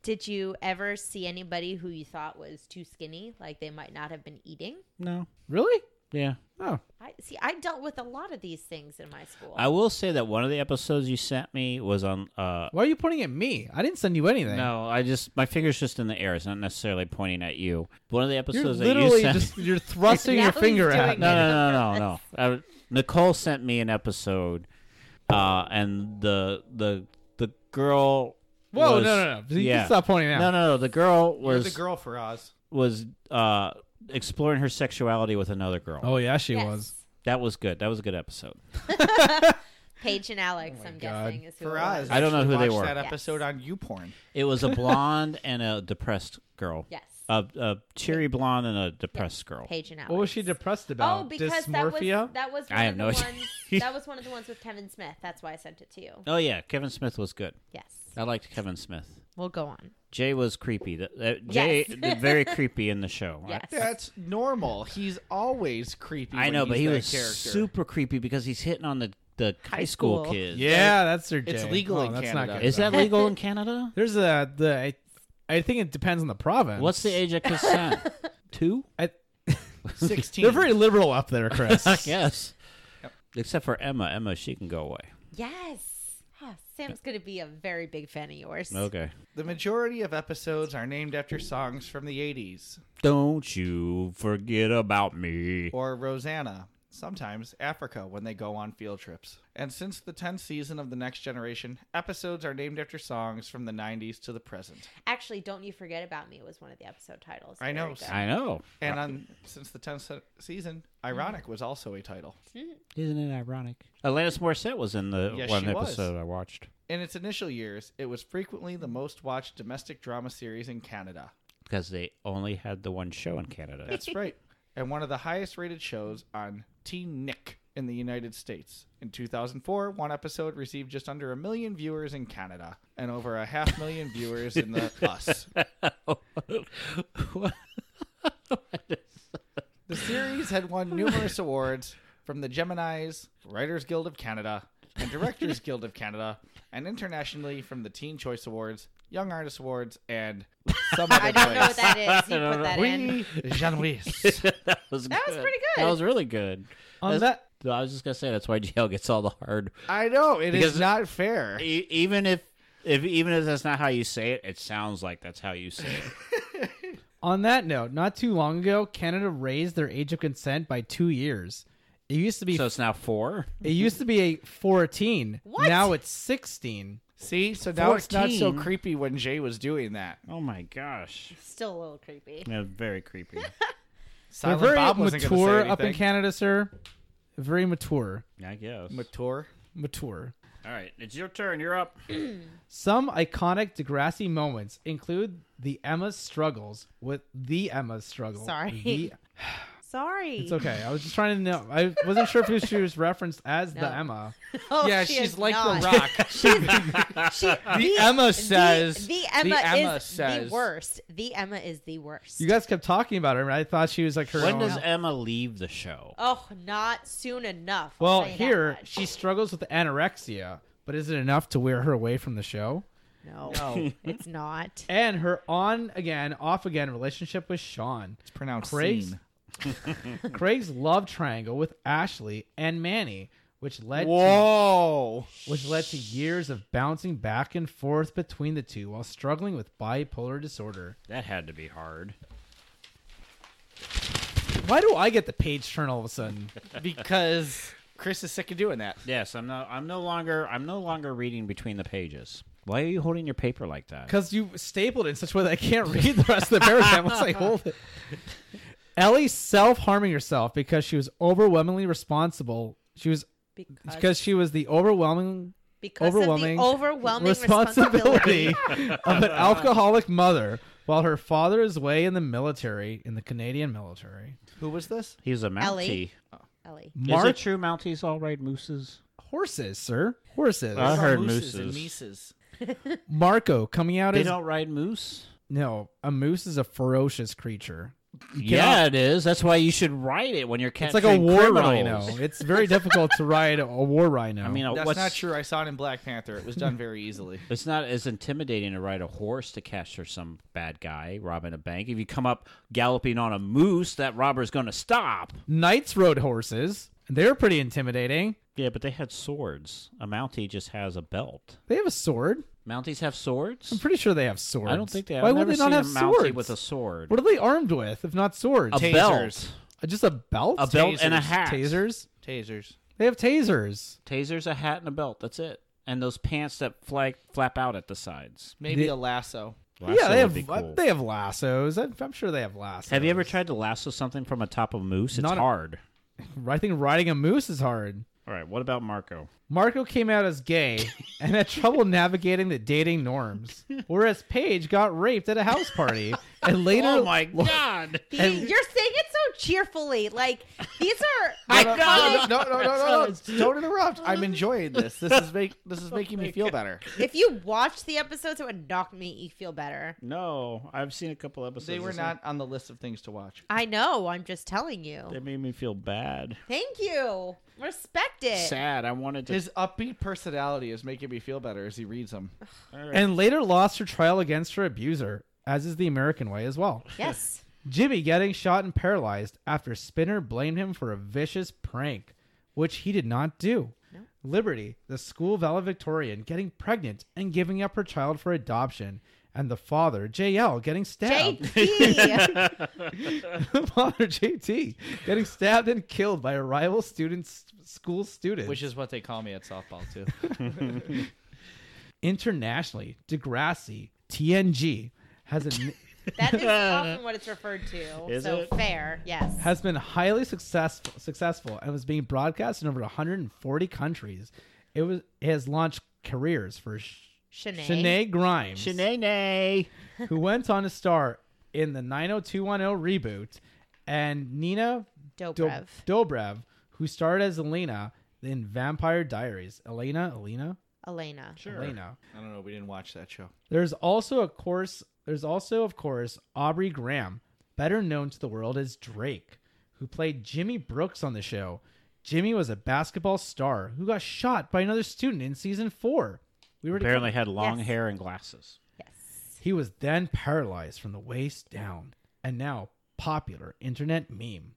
Did you ever see anybody who you thought was too skinny, like they might not have been eating? No. Really? Yeah. Oh. I see. I dealt with a lot of these things in my school. I will say that one of the episodes you sent me was on. Uh, Why are you pointing at me? I didn't send you anything. no, I just my finger's just in the air. It's not necessarily pointing at you. One of the You're episodes that you literally sent. just you're thrusting Now your he's finger doing at it. me. No, no, no, no, no. Uh, Nicole sent me an episode, uh, and the the the girl. Whoa, was- no, no, no. You yeah. can stop pointing out. No, no, no. The girl You're was the girl for Oz. was uh, exploring her sexuality with another girl. Oh yeah, she Yes. was. That was good. That was a good episode. Paige and Alex, I'm God. guessing, is who For it Oz. was. I don't know actually who they watched were. that episode on YouPorn. It was a blonde and a depressed girl. Yes. A, a cheery blonde and a depressed girl. Paige and Alex. What was she depressed about? Oh, because Dysmorphia? that was that was one I have of no the idea. ones, that was one of the ones with Kevin Smith. That's why I sent it to you. Oh yeah, Kevin Smith was good. Yes. I liked Kevin Smith. We'll go on. Jay was creepy. Th- that- Jay Yes. very creepy in the show. I- Yes. That's normal. He's always creepy. I when know, but he's he that was character. super creepy because he's hitting on the the high school, school. kids. yeah, that's her. It's Jay. legal Oh, in that's Canada. Not good, Is though. that legal in Canada? There's a the I I think it depends on the province. What's the age of consent? Two? I, Sixteen. they're very liberal up there, Chris. I guess. Except for Emma. Emma, she can go away. Yes. Ah, Sam's going to be a very big fan of yours. Okay. The majority of episodes are named after songs from the 80s Don't you forget about me. or Rosanna, sometimes Africa when they go on field trips. And since the 10th season of The Next Generation, episodes are named after songs from the 90s to the present. Actually, Don't You Forget About Me was one of the episode titles. I know. Very good. I know. And on since the 10th se- season, Ironic was also a title. Isn't it ironic? Alanis Morissette was in the Yes, one she was. episode I watched. In its initial years, it was frequently the most watched domestic drama series in Canada. Because they only had the one show in Canada. That's right. And one of the highest rated shows on Teen Nick in the United States. In 2004, one episode received just under a million viewers in Canada and over a half million viewers in the US. The series had won numerous awards from the Gemini's, Writers Guild of Canada, and Directors Guild of Canada, and internationally from the Teen Choice Awards, Young Artist Awards, and some other I don't know place. what that is. You put that in. Oui, Jean-Louis. that was That was pretty good. That was really good. On That's- that, I was just gonna say that's why JL gets all the hard. I know it is Because- not fair. E- even if, if even if that's not how you say it, it sounds like that's how you say it. on that note, not too long ago, Canada raised their age of consent by two years. It used to be so it's now four. it used to be a fourteen. What? Now it's sixteen. See, so now it's not so 14. creepy when Jay was doing that. Oh my gosh, Still a little creepy. yeah, very creepy. They're Silent very Bob wasn't gonna say mature up in anything. Canada, sir. Very mature. I guess. Mature. Mature. All right, it's your turn. You're up. Some iconic Degrassi moments include the Emma's struggles with the Emma's struggle. Sorry. The- Sorry. it's okay. I was just trying to know. I wasn't sure if she was referenced as No. the Emma. Oh, yeah, she she's is like not. the Rock. She, the Emma says. The, Emma, Emma is says. the worst. The Emma is the worst. You guys kept talking about her, and I thought she was like her. When own- does Emma leave the show? oh, not soon enough. I'll well, tell you that here much. she struggles with anorexia, but is it enough to wear her away from the show? No, No. it's not. And her on again, off again relationship with Sean. It's pronounced Craig's- scene. Craig's love triangle with Ashley and Manny, which led to Whoa! which led to years of bouncing back and forth between the two while struggling with bipolar disorder. That had to be hard. Why do I get the page turn all of a sudden? Because Chris is sick of doing that. Yes, I'm no. I'm no longer. I'm no longer reading between the pages. Why are you holding your paper like that? Because you stapled it in such a way that I can't read the rest of the paragraph once I hold it. Ellie self harming herself because she was overwhelmingly responsible. She was Because, because she was the overwhelming because overwhelming of the overwhelming responsibility responsibility. of an alcoholic mother while her father is away in the military in the Canadian military. Who was this? He's a Mountie. Ellie. Ellie. Is it March true Mounties all ride mooses? horses, sir. Horses. I Uh, heard Mooses and mooses. nieces. Marco coming out They as don't ride moose. no, a moose is a ferocious creature. Yeah, it is. That's why you should ride it when you're It's catching like a war criminals. rhino. It's very difficult to ride a war rhino. I mean, uh, That's what's, not true. I saw it in Black Panther. It was done very easily. It's not as intimidating to ride a horse to capture some bad guy robbing a bank. If you come up galloping on a moose, that robber's going to stop. knights rode horses. and They were pretty intimidating. Yeah, but they had swords. A Mountie just has a belt. They have a sword. Mounties have swords. I'm pretty sure they have swords. I don't think they. Have. Why I've would never they not seen have a Mountie swords? with a sword? What are they armed with if not swords? a Tasers. belt, Just a belt? a belt, and a Tasers. hat. Tasers? Tasers. They have tasers. Tasers, a hat, and a belt. That's it. And those pants that flag, flap out at the sides. Maybe The- a lasso. Lasso yeah, they would be have cool. they have lassos. I'm I'm sure they have lassos. Have you ever tried to lasso something from atop a moose? It's Not a- hard. I think riding a moose is hard. All right, what about Marco? Marco came out as gay and had trouble navigating the dating norms, whereas Paige got raped at a house party and later. Oh god! The- You're saying it so cheerfully. Like, these are. No, no, no, no, no, no, no, no. Don't interrupt. I'm enjoying this. This is make this Oh is making me feel better. if you watch the episodes, it would knock me. You feel better. No, I've seen a couple episodes. They were of this. not on the list of things to watch. I know. I'm just telling They you. made me feel bad, Thank you. Respect it. sad. I wanted to. His upbeat personality is making me feel better as he reads them. All right. And later lost her trial against her abuser. as is the American way as well. Yes. Jimmy getting shot and paralyzed after Spinner blamed him for a vicious prank, which he did not do. Liberty, the school valedictorian, getting pregnant and giving up her child for adoption, and the father, JL, getting stabbed. JT. the father, JT, getting stabbed and killed by a rival student's school student. Which is what they call me at softball too. internationally, Degrassi, TNG, has a. that is often what it's referred to. Is so it? fair. Yes. has been highly successful successful and was being broadcast in over 140 countries. It was it has launched careers for Sh- Shanae. Shanae Grimes, Shenanay. who went on to star in the 90210 reboot, and Nina Do- Dobrev. Dobrev, who starred as Elena in Vampire Diaries. Elena, Elena, Elena. Sure. Elena. I don't know. We didn't watch that show. There's also of course there's also of course Aubrey Graham, better known to the world as Drake, who played Jimmy Brooks on the show. Jimmy was a basketball star who got shot by another student in season 4. We were Apparently had long Yes. hair and glasses. Yes. He was then paralyzed from the waist down and now popular internet meme.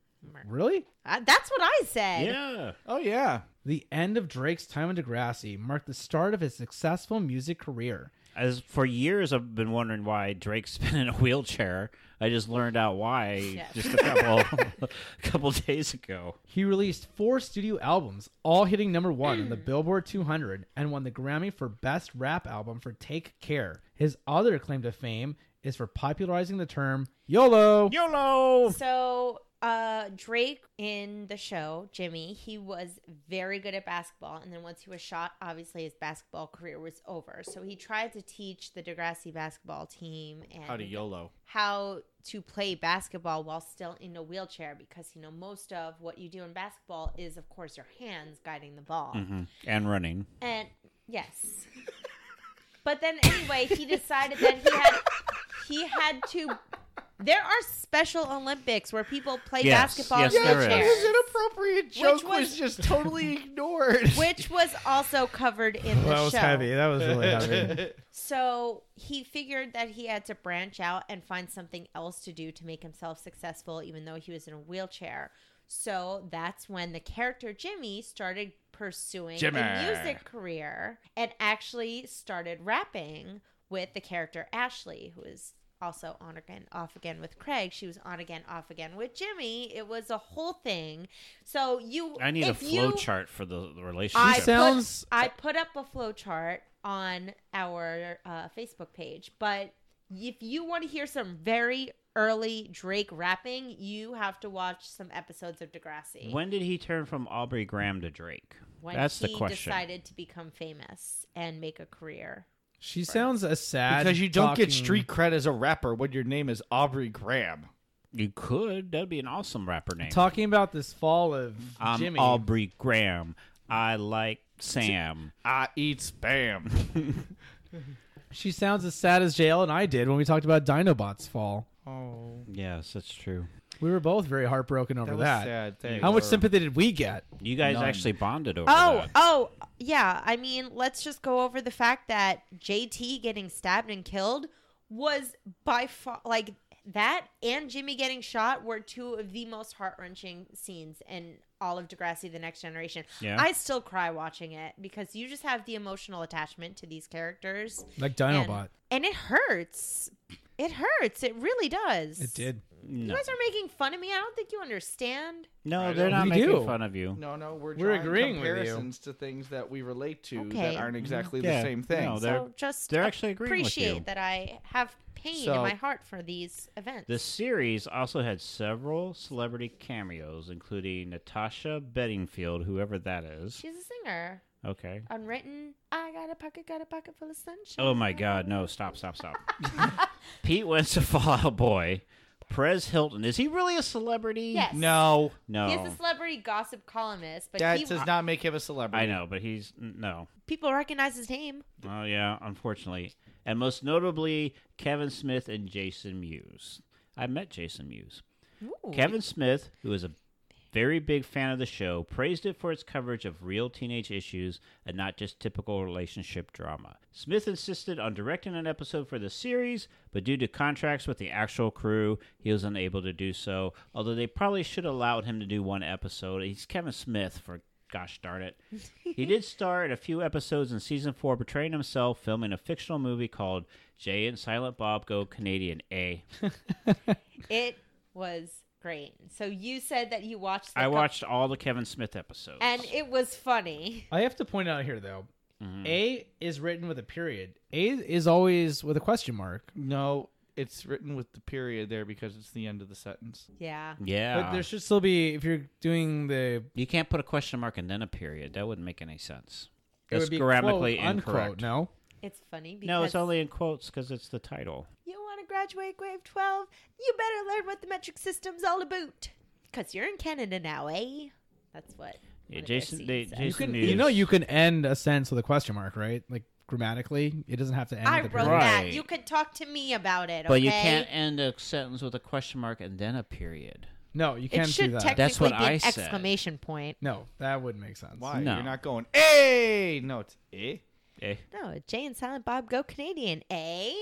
Really? Uh, that's what I said. Yeah. Oh yeah. The end of Drake's time in Degrassi marked the start of his successful music career. As for years, I've been wondering why Drake's been in a wheelchair. I just learned out why Shit. just a couple, a couple days ago. He released four studio albums, all hitting number one on the Billboard 200, and won the Grammy for Best Rap Album for Take Care. His other claim to fame is for popularizing the term YOLO. YOLO. So uh Drake in the show, Jimmy, he was very good at basketball and then once he was shot, obviously his basketball career was over. So he tried to teach the Degrassi basketball team and How to YOLO. how to play basketball while still in a wheelchair because you know most of what you do in basketball is of course your hands guiding the ball. Mm-hmm. Mm-hmm. And running. And yes. but then anyway, he decided that he had he had to there are special Olympics where people play Yes, basketball yes, in there wheelchairs. is. inappropriate joke was- was just totally ignored. Which was also covered in the That was show. heavy. That was really heavy. So he figured that he had to branch out and find something else to do to make himself successful, even though he was in a wheelchair. So that's when the character Jimmy started pursuing a music career and actually started rapping with the character Ashley, who is also on again, off again with Craig. She was on again, off again with Jimmy. It was a whole thing. So you, I need a if you- flow chart for the, the I relationship. She sounds- put, I put up a flow chart on our uh, Facebook page, but if you want to hear some very early Drake rapping, you have to watch some episodes of Degrassi. when did he turn from Aubrey Graham to Drake? when That's he the question. decided to become famous and make a career. She sounds a sad Because you don't get talking- street cred as a rapper when your name is Aubrey Graham. You could. That'd be an awesome rapper name. Talking about this fall of I'm Jimmy. Aubrey Graham. I like Sam. I eat spam. She sounds as sad as JL and I did when we talked about Dinobot's fall. Oh, Yes, that's true. We were both very heartbroken over that. Sad. How much sympathy did we get? You guys None. actually bonded over Oh, that. oh, yeah. I mean, let's just go over the fact that JT getting stabbed and killed was by far like that and Jimmy getting shot were two of the most heart wrenching scenes in all of Degrassi: The Next Generation. Yeah. I still cry watching it because you just have the emotional attachment to these characters, Like and, Dinobot. and it hurts. It hurts. It really does. It did. no, You guys are making fun of me. I don't think you understand. no, they're not We making do. fun of you. No, no, we're, We're drawing agreeing with you. comparisons to things that we relate to Okay. that aren't exactly Yeah. the same thing. No, they're- so just they're actually agreeing with you. appreciate that I have pain in So- my heart for these events. The series also had several celebrity cameos, including Natasha Bedingfield, whoever that is. She's a singer. Okay. Unwritten. I got a pocket, got a pocket full of sunshine. Oh my God! No, stop, stop, stop. Pete went to Fallout Boy. Perez Hilton is he really a celebrity? Yes. No, No. He is a celebrity gossip columnist, but that he, does not make him a celebrity. I know, but he's no. people recognize his name. Oh yeah, unfortunately, and most notably Kevin Smith and Jason Mewes. I met Jason Mewes. Kevin Smith, who is a Very big fan of the show, praised it for its coverage of real teenage issues and not just typical relationship drama. Smith insisted on directing an episode for the series, but due to contracts with the actual crew, he was unable to do so. Although they probably should have allowed him to do one episode. He's Kevin Smith for gosh darn it. he did star in a few episodes in season four, portraying himself filming a fictional movie called Jay and Silent Bob Go Canadian A. It was great. So you said that you watched. The I cou- watched all the Kevin Smith episodes. and it was funny. I have to point out here though, Mm-hmm. A is written with a period. A is always with a question mark. No, it's written with the period there because it's the end of the sentence. Yeah, yeah. But there should still be if you're doing the You can't put a question mark and then a period. That wouldn't make any sense. it would That's be grammatically quote, incorrect. Unquote, no. it's funny. Because No, it's only in quotes because it's the title. You want to graduate grade twelve? You better learn what the metric system's all about. Cause you're in Canada now, eh? That's what. Yeah, one of their Jason, scenes they, said. Jason You can Mewes. you know you can end a sentence with a question mark, right? Like grammatically, it doesn't have to end I with a wrote period. Right. that. You could talk to me about it. but okay? you can't end a sentence with a question mark and then a period. No, you It can't do should that. technically That's what be I an said. exclamation point. no, that wouldn't make sense. Why? No. You're not going, hey! No, it's eh? Eh. No, Jay and Silent Bob go Canadian, eh?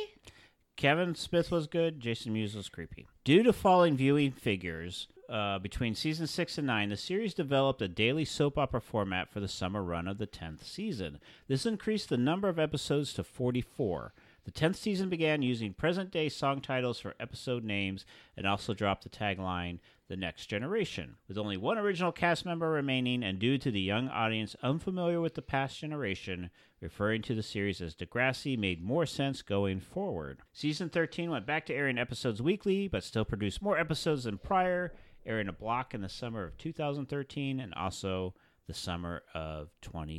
Kevin Smith was good. Jason Mewes was creepy. Due to falling viewing figures uh, between season six and nine, the series developed a daily soap opera format for the summer run of the tenth season. This increased the number of episodes to forty-four. The tenth season began using present-day song titles for episode names, and also dropped the tagline "The Next Generation," with only one original cast member remaining. And due to the young audience unfamiliar with the past generation, referring to the series as Degrassi made more sense going forward. Season 13 went back to airing episodes weekly, but still produced more episodes than prior, airing a block in the summer of 2013 and also the summer of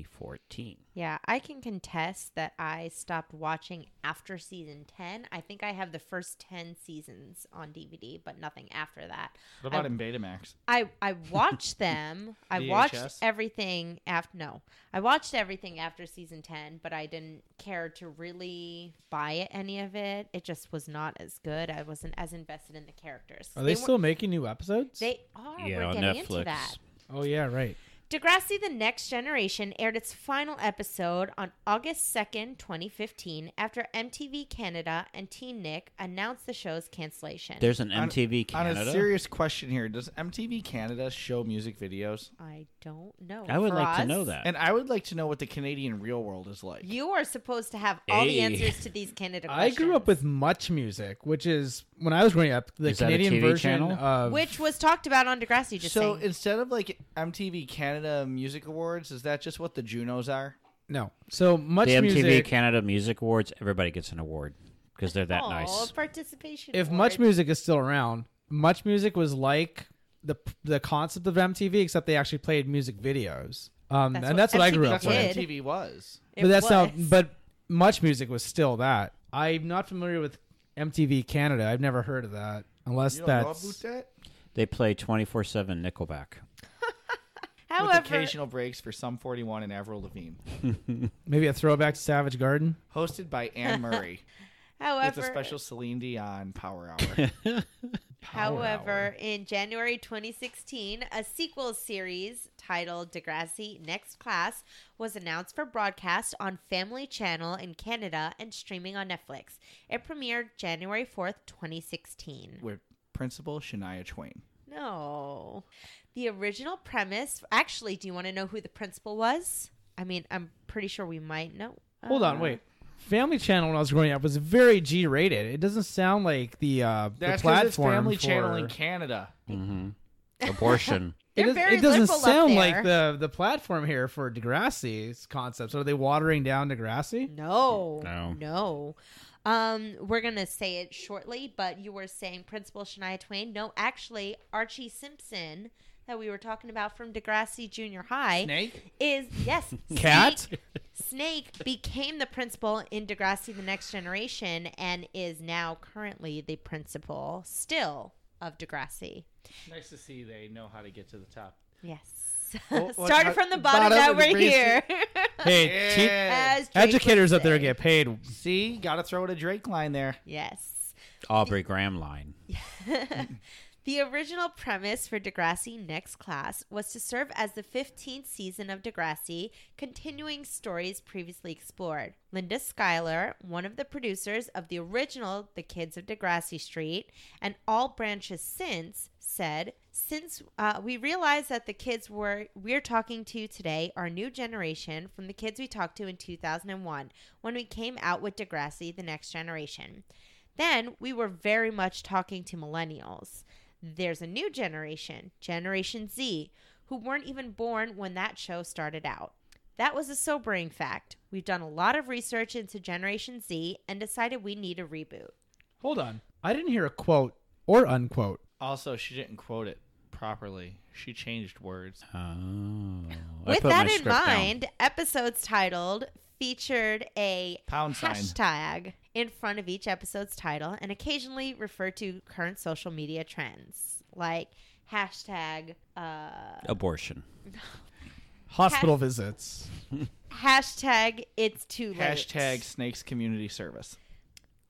2014. Yeah, I can contest that I stopped watching after season 10. I think I have the first 10 seasons on DVD, but nothing after that. What about I, in Betamax? I, I watched them. I watched VHS? everything after. No, I watched everything after season 10, but I didn't care to really buy it, any of it. It just was not as good. I wasn't as invested in the characters. Are they, weren't- still making new episodes? They are. Yeah, We're on getting into Netflix. that. oh yeah, right. Degrassi The Next Generation aired its final episode on August 2nd, 2015, after MTV Canada and Teen Nick announced the show's cancellation. There's an On- MTV Canada. On a serious question here, does MTV Canada show music videos? I don't know. I would For like to us, know that. And I would like to know what the Canadian real world is like. You are supposed to have all the Hey. answers to these Canada I questions. grew up with Much Music, which is when I was growing up the Is that a Canadian TV version channel? of Which was talked about on Degrassi just so saying. instead of like MTV Canada Music Awards, is that just what the Junos are? no. So Much the MTV Music. Canada Music Awards, everybody gets an award because they're that Aw, nice. "Oh, participation. if Much award. Music is still around, Much Music was like the the concept of MTV, except they actually played music videos. Um, That's and what that's what I MTV grew up That's what with. did. MTV was. It but that's not. was. But Much Music was still that. I'm not familiar with MTV Canada. I've never heard of that, unless You don't know that's about that? They play 24 7 Nickelback. however, With occasional breaks for Sum 41 and Avril Lavigne. maybe a throwback to Savage Garden. Hosted by Anne Murray with however, a special Celine Dion Power Hour. However, in January 2016, a sequel series titled Degrassi Next Class was announced for broadcast on Family Channel in Canada and streaming on Netflix. It premiered January 4th, 2016. with Principal Shania Twain. No. The original premise, actually, do you want to know who the principal was? I mean, I'm pretty sure we might know. Hold on, wait. Family Channel when I was growing up was very G rated. It doesn't sound like the uh That's the 'cause platform it's Family for... Channel in Canada. Abortion. They're it, does, very it doesn't liberal up sound there. like the the platform here for Degrassi's concepts. Are they watering down Degrassi? No. No. No. Um, we're gonna say it shortly, but you were saying Principal Shania Twain. No, actually, Archie Simpson that we were talking about from Degrassi Junior High Snake? is yes, Cat? Snake, Snake became the principal in Degrassi: The Next Generation and is now currently the principal still of Degrassi. Nice to see they know how to get to the top. Yes, Well, what- started from the bottom. bottom now and we're raised here. it- Hey, te- As Drake would educators up there say. get paid. See, got to throw in a Drake line there. Yes. Aubrey Graham line. The original premise for Degrassi Next Class was to serve as the 15th season of Degrassi, continuing stories previously explored. Linda Schuyler, one of the producers of the original The Kids of Degrassi Street and all branches since, said, since uh, we realized that the kids were we're talking to today are new generation from the kids we talked to in 2001 when we came out with Degrassi The Next Generation. Then we were very much talking to millennials. There's a new generation, Generation Z, who weren't even born when that show started out. That was a sobering fact. We've done a lot of research into Generation Z and decided we need a reboot. Hold on. I didn't hear a quote or unquote. Also, she didn't quote it properly. She changed words. Oh. I With put my that in script down. mind, episodes titled featured a Pound sign. hashtag in front of each episode's title and occasionally refer to current social media trends like hashtag uh, abortion. Hospital Has- visits. hashtag it's too late Hashtag Snakes Community Service.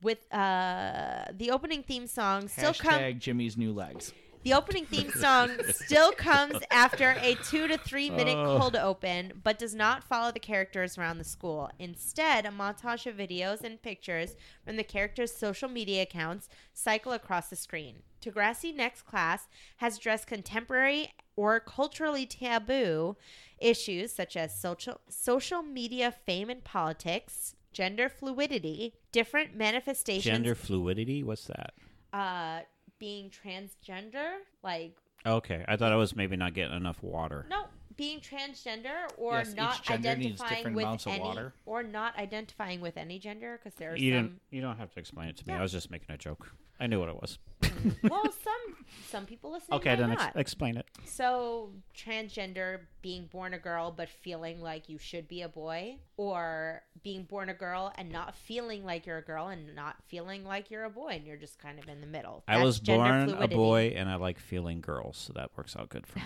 with uh, the opening theme song still comes Hashtag Jimmy's New Legs. The opening theme song still comes after a two to three minute cold open, but does not follow the characters around the school. Instead, a montage of videos and pictures from the characters' social media accounts cycle across the screen. Degrassi Next Class has addressed contemporary or culturally taboo issues such as social, social media fame and politics, gender fluidity, different manifestations Gender fluidity? What's that? uh, being transgender, like Okay. I thought I was maybe not getting enough water. No, being transgender or Yes, each not gender needs identifying different with amounts of any water. or not identifying with any gender because there are you some. didn't you don't have to explain it to me. Yeah. I was just making a joke. I knew what it was. well, some some people listen. okay, then ex- not. explain it. so transgender, being born a girl but feeling like you should be a boy, or being born a girl and not feeling like you're a girl and not feeling like you're a boy, and you're just kind of in the middle. I That's was gender born fluidity. a boy and I like feeling girls, so that works out good for me.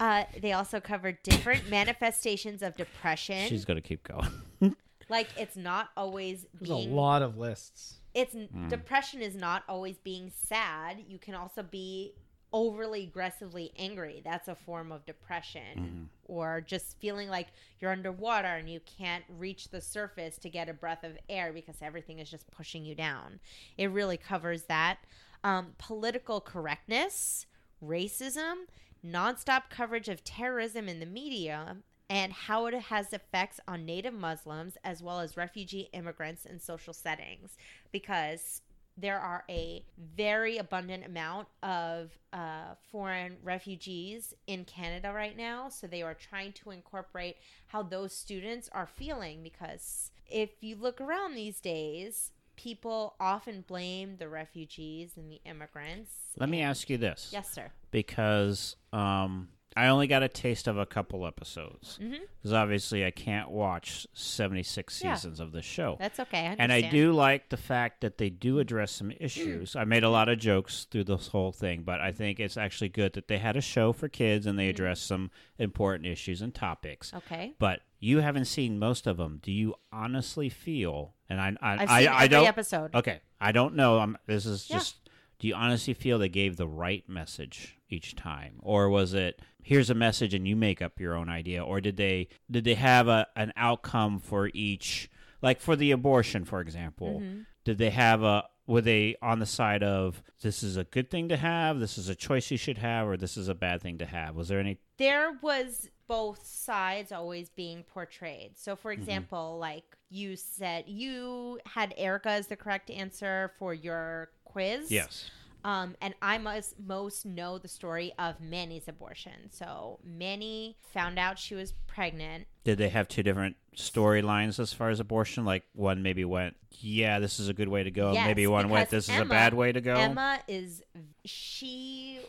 Uh, they also covered different manifestations of depression. She's gonna keep going. like it's not always There's a being lot of lists. it's depression is not always being sad. You can also be overly aggressively angry. That's a form of depression. Or just feeling like you're underwater and you can't reach the surface to get a breath of air because everything is just pushing you down. It really covers that. Um, political correctness, racism, nonstop coverage of terrorism in the media, and how it has effects on Native Muslims as well as refugee immigrants in social settings because there are a very abundant amount of uh, foreign refugees in Canada right now. So they are trying to incorporate how those students are feeling because if you look around these days, people often blame the refugees and the immigrants. Let me ask you this. Yes, sir. because um, I only got a taste of a couple episodes. Because obviously, I can't watch 76 Mm-hmm. Yeah. seasons of the show. That's okay. I and I understand. Mm. do like the fact that they do address some issues. I made a lot of jokes through this whole thing, but I think it's actually good that they had a show for kids and Mm. they addressed some important issues and topics. Okay. But you haven't seen most of them. Do you honestly feel? And I, I, I've I, seen I every don't. Uh, episode. Okay, I don't know. I'm, this is Yeah. just. Do you honestly feel they gave the right message each time, or was it here's a message and you make up your own idea, or did they did they have a an outcome for each? Like for the abortion, for example, did they have a were they on the side of this is a good thing to have, this is a choice you should have, or this is a bad thing to have? Was there any? there was both sides always being portrayed. So, for Mm-hmm. example, like you said, you had Erica as the correct answer for your quiz. Yes. Um, and I must most know the story of Manny's abortion. So Manny found out she was pregnant. did they have two different storylines as far as abortion? Like one maybe went, yeah, this is a good way to go. and Yes, maybe one went, because this is a Emma- bad way to go. Emma is she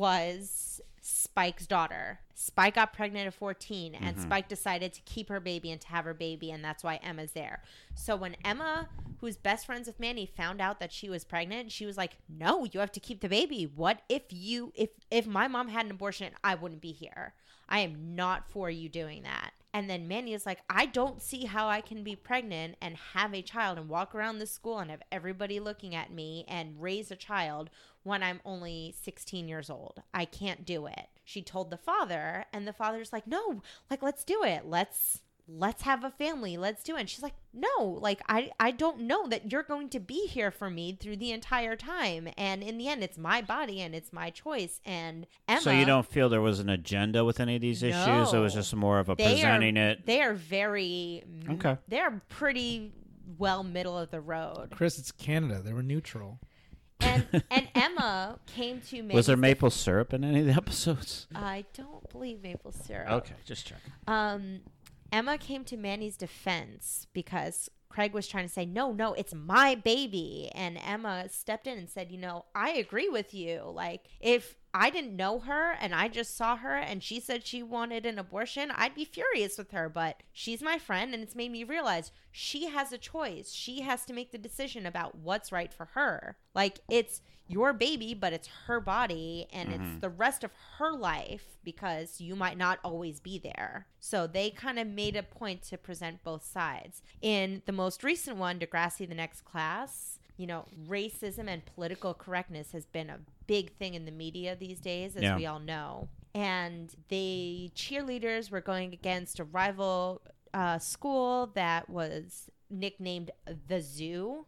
was Spike's daughter. Spike got pregnant at 14 and Mm-hmm. Spike decided to keep her baby and to have her baby and that's why Emma's there. So when Emma, who's best friends with Manny, found out that she was pregnant, she was like, "No, you have to keep the baby. What if you if if my mom had an abortion, I wouldn't be here. I am not for you doing that." And then Manny is like, I don't see how I can be pregnant and have a child and walk around the school and have everybody looking at me and raise a child when I'm only 16 years old. I can't do it. She told the father, and the father's like, No, like, let's do it. Let's let's have a family let's do it and she's like no like i i don't know that you're going to be here for me through the entire time and in the end it's my body and it's my choice and Emma, So you don't feel there was an agenda with any of these issues? It was No. just more of a they presenting are, it. they are very Okay. they're pretty well middle of the road Chris, it's Canada. They were neutral. and and emma came to me Was there maple syrup in any of the episodes? i don't believe maple syrup Oh, Okay, just check. Um, Emma came to Manny's defense because Craig was trying to say, no, no, it's my baby. And Emma stepped in and said, you know, I agree with you. Like, if I didn't know her and I just saw her and she said she wanted an abortion, I'd be furious with her. But she's my friend and it's made me realize she has a choice. She has to make the decision about what's right for her. Like, it's your baby, but it's her body and it's the rest of her life because you might not always be there. So they kind of made a point to present both sides. In the most recent one, Degrassi, the next class, you know, racism and political correctness has been a big thing in the media these days, as Yeah. we all know. And the cheerleaders were going against a rival uh, school that was nicknamed the Zoo.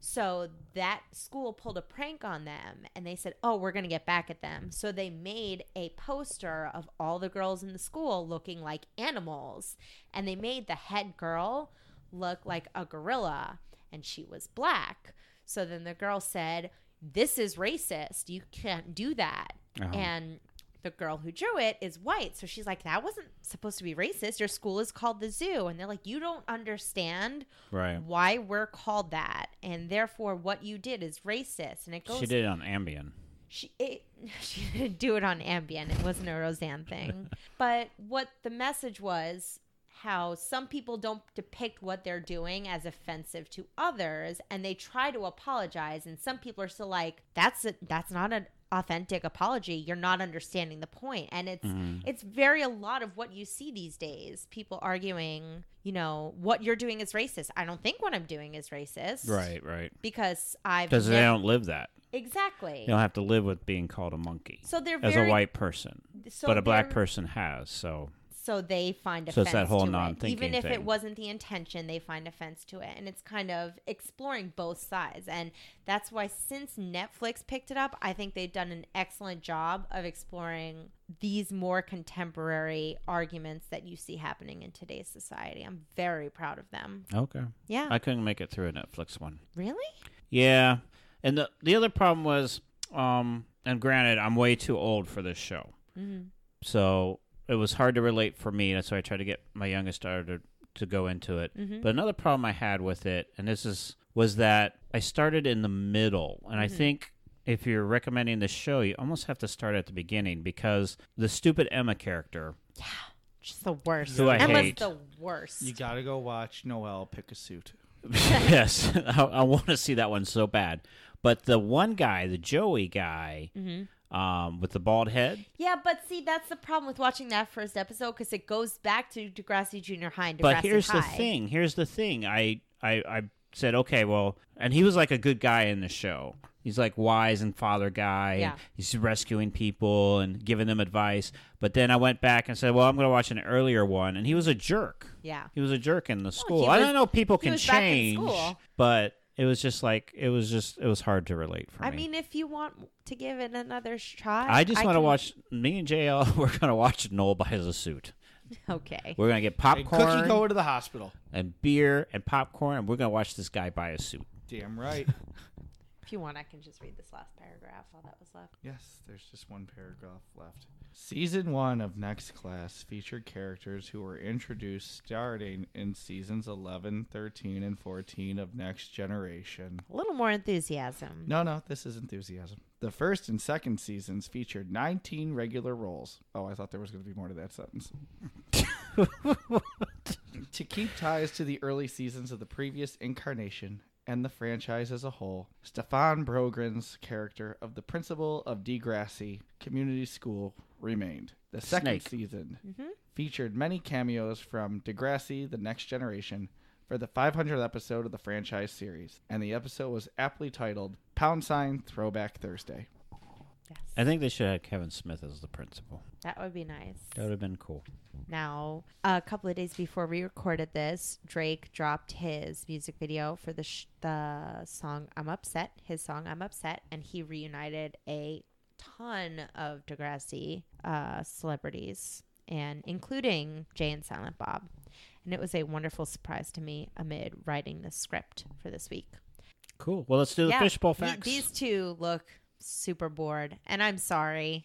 So that school pulled a prank on them and they said, Oh, we're going to get back at them. So they made a poster of all the girls in the school looking like animals. And they made the head girl look like a gorilla and she was black. So then the girl said, This is racist. You can't do that. Uh-huh. And the girl who drew it is white. So she's like, That wasn't supposed to be racist. Your school is called the zoo. And they're like, You don't understand Right. why we're called that and therefore what you did is racist and it goes She did it on Ambien. she, it, she didn't do it on ambien it wasn't a roseanne thing but what the message was how some people don't depict what they're doing as offensive to others and they try to apologize and some people are still like that's a, that's not an authentic apology you're not understanding the point and it's Mm-hmm. it's very a lot of what you see these days people arguing you know what you're doing is racist i don't think what i'm doing is racist Right, right. because i've Because they nev- don't live that. exactly They don't have to live with being called a monkey so they're as very a white person. so but a black they're- person has, so so they find offense So it's that whole to it. non-thinking even if it thing. wasn't the intention they find offense to it and it's kind of exploring both sides and that's why since netflix picked it up i think they've done an excellent job of exploring these more contemporary arguments that you see happening in today's society i'm very proud of them Okay. yeah I couldn't make it through a Netflix one. really Yeah. And the the other problem was um and granted I'm way too old for this show. Mm-hmm. So it was hard to relate for me. That's why I tried to get my youngest daughter to, to go into it. But another problem I had with it and this is was that I started in the middle and I think if you're recommending this show, you almost have to start at the beginning because the stupid Emma character she's the worst Who I emma's hate. the worst You gotta go watch Noel pick a suit. yes, I, I want to see that one so bad. But the one guy, the Joey guy, um, with the bald head. yeah but see that's the problem with watching that first episode because it goes back to degrassi junior high and degrassi but here's the High. thing. Here's the thing. I, I I said okay, well, and he was like a good guy in the show. He's like wise and father guy. and Yeah. he's rescuing people and giving them advice. But then I went back and said, well, I'm going to watch an earlier one, and he was a jerk. yeah He was a jerk in the school. he I was- don't know. People he can was back in change, school. but it was just like it was just it was hard to relate for I me. mean, if you want to give it another shot, I just want to can- watch. Me and JL, we're gonna watch Noel buys a suit. Okay, We're gonna get Hey, Cookie popcorn going to the hospital. and beer and popcorn, and we're gonna watch this guy buy a suit. Damn right. if you want, I can just read this last paragraph. All that was left. Yes, there's just one paragraph left. Season one of Next Class featured characters who were introduced starting in seasons 11, 13, and 14 of Next Generation. A little more enthusiasm. No, no, this is enthusiasm. The first and second seasons featured 19 regular roles. Oh, I thought there was going to be more to that sentence. to keep ties to the early seasons of the previous incarnation and the franchise as a whole, Stefan Brogren's character of the principal of Degrassi Community School remained. The second Snake. season featured many cameos from Degrassi, The Next Generation, for the 500th episode of the franchise series, and the episode was aptly titled Pound Sign Throwback Thursday. I think they should have Kevin Smith as the principal. That would be nice. That would have been cool. Now, a couple of days before we recorded this, Drake dropped his music video for the sh- the song "I'm Upset," his song "I'm Upset," and he reunited a ton of Degrassi uh, celebrities, and including Jay and Silent Bob. And it was a wonderful surprise to me amid writing the script for this week. Cool. Well, let's do the Yeah, fishbowl the- facts. These two look super bored, and I'm sorry.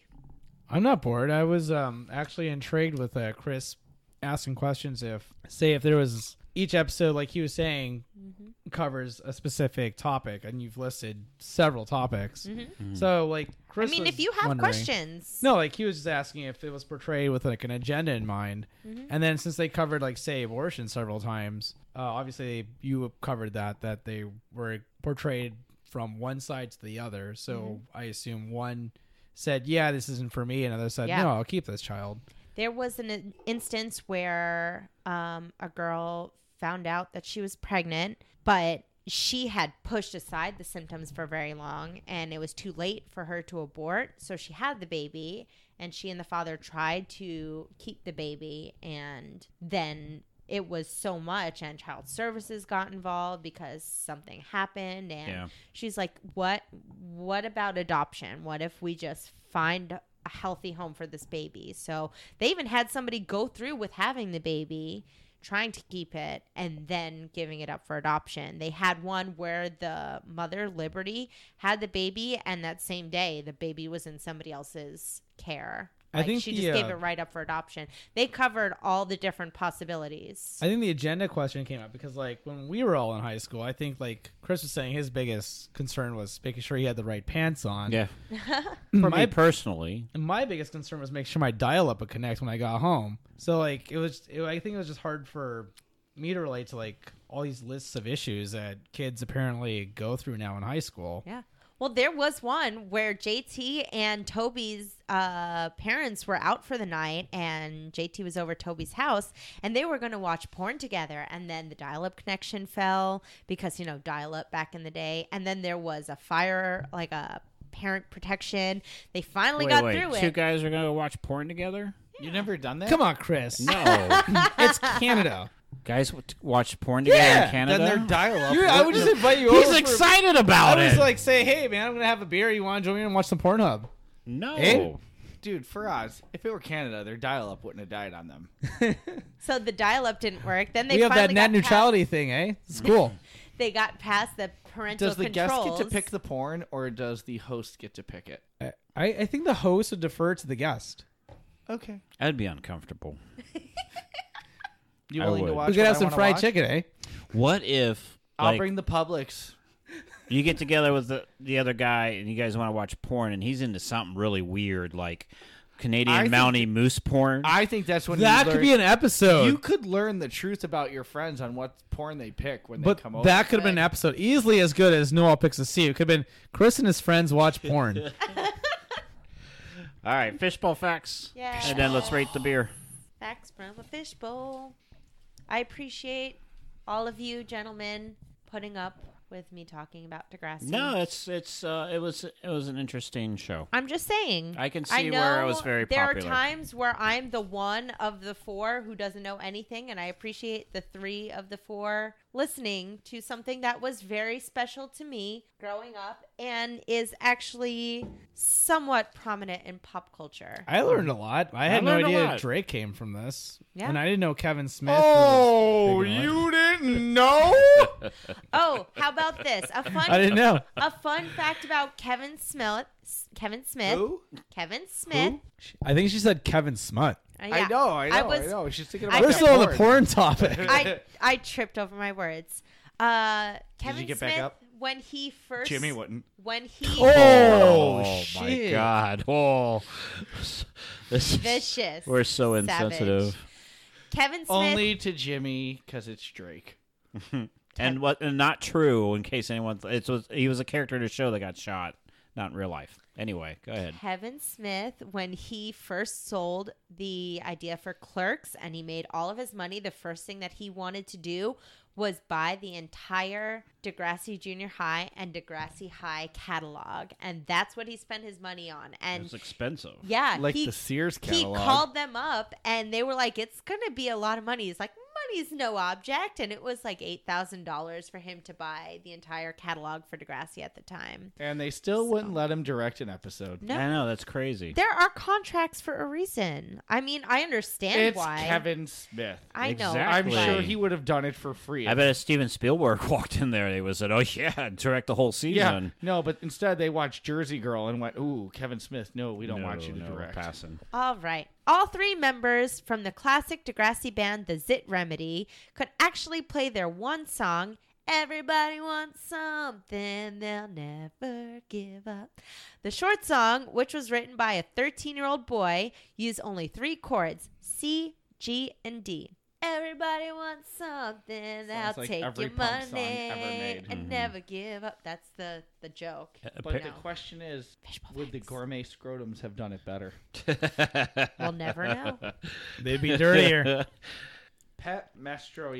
I'm not bored. I was um, actually intrigued with uh, Chris asking questions if, say, if there was each episode, like he was saying, Mm-hmm. covers a specific topic, and you've listed several topics. So, like, Chris, Mm-hmm. I mean, was if you have wondering- questions, No, like he was just asking if it was portrayed with like an agenda in mind, and then since they covered like say abortion several times, uh, obviously you covered that that they were portrayed from one side to the other. So I assume one said, "Yeah, this isn't for me," and another said, Yeah. "No, I'll keep this child." There was an in- instance where um, a girl found out that she was pregnant, but she had pushed aside the symptoms for very long and it was too late for her to abort. So she had the baby, and she and the father tried to keep the baby, and then it was so much and child services got involved because something happened and Yeah. she's like what what about adoption what if we just find a healthy home for this baby so they even had somebody go through with having the baby trying to keep it and then giving it up for adoption they had one where the mother liberty had the baby and that same day the baby was in somebody else's care I Like, think she the, just gave uh, it right up for adoption they covered all the different possibilities I think the agenda question came up because like when we were all in high school, I think like Chris was saying his biggest concern was making sure he had the right pants on. yeah. For me My- personally, And my biggest concern was make sure my dial-up would connect when I got home. So like it was, it, I think it was just hard for me to relate to like all these lists of issues that kids apparently go through now in high school. Yeah. Well, there was one where JT and Toby's uh, parents were out for the night, and JT was over at Toby's house, and they were going to watch porn together. And then the dial-up connection fell because you know dial-up back in the day. And then there was a fire, like a parent protection. They finally wait, got wait, through two it. guys are gonna go watch porn together. You never done that? Come on, Chris. No, it's Canada. guys w- watch porn together Yeah, in Then Canada. their dial up. You're- I would just invite you He's over. for- excited about I it. was like, say, hey man, I'm gonna have a beer. You want to join me and watch some Pornhub? no. Eh? Dude, for us, if it were Canada, their dial up wouldn't have died on them. So the dial-up didn't work. Then they we have that finally net got neutrality thing, eh? It's cool. Past, they got past the parental Does the controls. guest get to pick the porn or does the host get to pick it? I, I I think the host would defer to the guest. Okay. I'd be uncomfortable. You I willing to would. watch? We could what have I some wanna fried watch? chicken, eh? What if I'll like, bring the Publix. you get together with the, the other guy and you guys want to watch porn and he's into something really weird like Canadian I think- Mountie moose porn? I think that's when That you learn, could be an episode. You could learn the truth about your friends on what porn they pick when But they come over. that could have been an episode easily as good as Noel picks a C. It could have been Chris and his friends watch porn. All right, fishbowl facts. Yeah. And then let's rate the beer. Facts from a fishbowl. I appreciate all of you gentlemen putting up with me talking about Degrassi. No, it's it's uh, it was it was an interesting show. I'm just saying. I can see where it was very There popular. are times where I'm the one of the four who doesn't know anything, and I appreciate the three of the four listening to something that was very special to me growing up and is actually somewhat prominent in pop culture. I learned a lot. I had I no learned a idea lot. Drake came from this. Yeah. And I didn't know Kevin Smith. Oh, you didn't know? Oh, how about this? A fun I didn't know. A fun fact about Kevin Smith. Kevin Smith. Kevin Smith. I think she said Kevin Smut. Uh, I yeah. know, I know, I I, was- know. She's thinking I about We're that still on the porn. porn topic. I I tripped over my words. Uh, Kevin get Smith back up? when he first Jimmy wouldn't. when he oh, my shit. god! Oh, this is- vicious. we're so savage. insensitive. Kevin Smith. Only to Jimmy because it's Drake. And what? And not true. In case anyone, it was he was a character in a show that got shot. Not in real life. Anyway, go ahead. Kevin Smith, when he first sold the idea for clerks and he made all of his money, the first thing that he wanted to do was buy the entire Degrassi Junior High and Degrassi High catalog. And that's what he spent his money on. And It's expensive. yeah, Like he, the Sears he catalog. called them up and they were like, it's going to be a lot of money. He's like, money's no object. And it was like $8,000 for him to buy the entire catalog for Degrassi at the time. and they still wouldn't let him direct an episode. No. I know that's crazy. There are contracts for a reason. I mean, I understand it's why. Kevin Smith. I know. I'm Exactly. sure he would have done it for free. I bet if Steven Spielberg walked in there, they would have said, "Oh yeah, direct the whole yeah. season." No, but instead they watched Jersey Girl and went, "Ooh, Kevin Smith. No, we don't No, want you to no, we're direct." Passing. All right. All three members from the classic Degrassi band, The Zit Remedy, could actually play their one song, Everybody Wants Something They'll Never Give Up. The short song, which was written by a 13 year old boy, used only three chords C, G, and D. Everybody wants something. Sounds I'll like take every your punk money song ever made. Mm-hmm. and never give up. That's the the joke. But No. the question is, would the gourmet scrotums have done it better? We'll never know. They'd be dirtier. Pat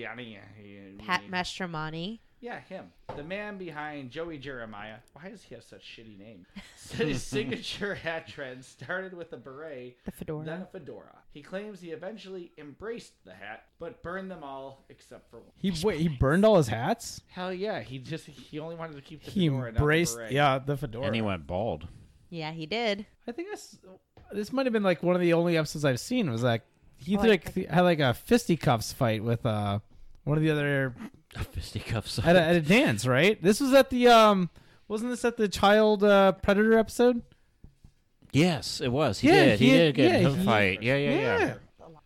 Mastroianni. Pat Mastromani. Yeah, him. The man behind Joey Jeremiah. Why does he have such shitty name? Said his signature hat trend started with a beret, The fedora. then a fedora. He claims he eventually embraced the hat, but burned them all except for one. he wait, he burned all his hats. Hell yeah, he just he only wanted to keep the He fedora. embraced not the beret. yeah the fedora. And he went bald. Yeah, he did. I think this this might have been like one of the only episodes I've seen was like he Oh, did I- a, had like a fisticuffs fight with uh one of the other Fisticuffs. at a, at a dance right. This was at the um wasn't this at the child uh, predator episode? Yes, it was. He Yeah, did. He, he- did get yeah, in a he- fight. Yeah, yeah, yeah.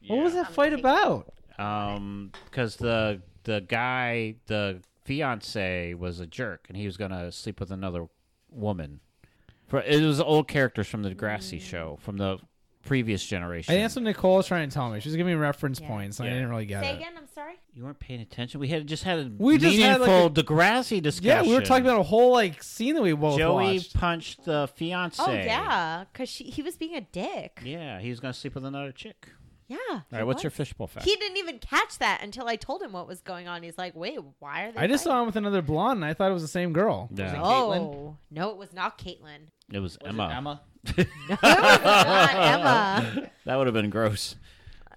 What was that fight about? Um, because the the guy, the fiance, was a jerk, and he was gonna sleep with another woman. For it was old characters from the Degrassi show, from the previous generation. Mm. I think that's what Nicole was trying to tell me. She was giving me reference Yeah. points, and Yeah. I didn't really get Say it. again, I'm sorry. you weren't paying attention. We had just had a We just had, meaningful like, Degrassi Yeah, discussion. we were talking about a whole like scene that we both Joey watched. punched the fiance. Oh yeah, because he was being a dick. Yeah, he was gonna sleep with another chick. Yeah. he All right, what's your was. fishbowl fact? He didn't even catch that until I told him what was going on. He's like, "Wait, why are they?" I just saw him with another blonde, and I thought it was the same girl. Yeah. fighting?" Was it Caitlyn? Oh no, it was not Caitlin. It was, Was it Emma. Emma. It was not Emma. That would have been gross.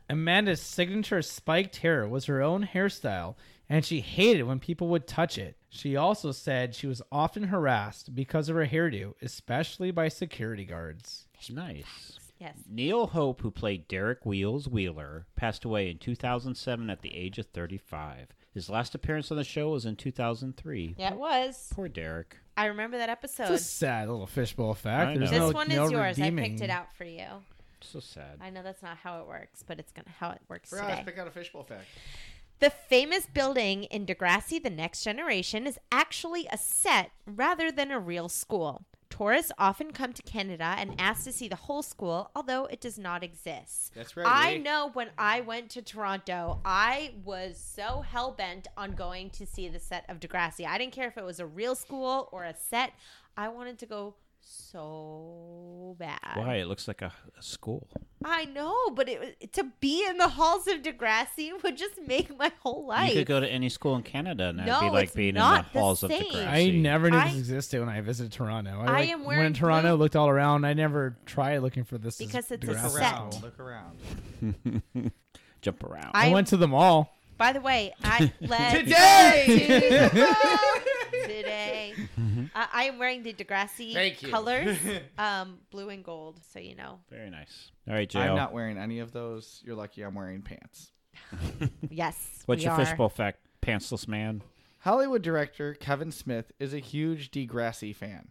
Amanda's signature spiked hair was her own hairstyle, and she hated when people would touch it. She also said she was often harassed because of her hairdo, especially by security guards. Nice. Yes. Neil Hope, who played Derek Wheels Wheeler, passed away in 2007 at the age of 35. His last appearance on the show was in 2003. Yeah, it was. Poor Derek. I remember that episode. It's a sad little fishbowl I fact. There's know. Uh, this no, one no is yours. I redeeming. picked it out for you. So sad. I know that's not how it works, but it's gonna how it works For us, today. pick out a fishbowl fact. The famous building in Degrassi The Next Generation is actually a set rather than a real school. Tourists often come to Canada and ask to see the whole school, although it does not exist. That's right, I Lee. know when I went to Toronto, I was so hell bent on going to see the set of Degrassi. I didn't care if it was a real school or a set. I wanted to go so bad. Why? It looks like a, a school. I know, but it, was- to be in the halls of Degrassi would just make my whole life. You could go to any school in Canada and it'd No, be like it's being in the not the halls of same. Degrassi. I never knew I- this existed when I visited Toronto. I I, like, am went wearing in Toronto, blue- looked all around. I never tried looking for this. as Because it's a Degrassi. Look around. Set. Look around. Jump around. I I- went to the mall. By the way, I led Today! today. Mm-hmm. Uh, I am wearing the Degrassi Thank you. colors, um, blue and gold. So you know, Very nice. All right, I'm Jill. not wearing any of those. You're lucky I'm wearing pants. yes. What's we your are. fishbowl fact, pantsless man? Hollywood director Kevin Smith is a huge Degrassi fan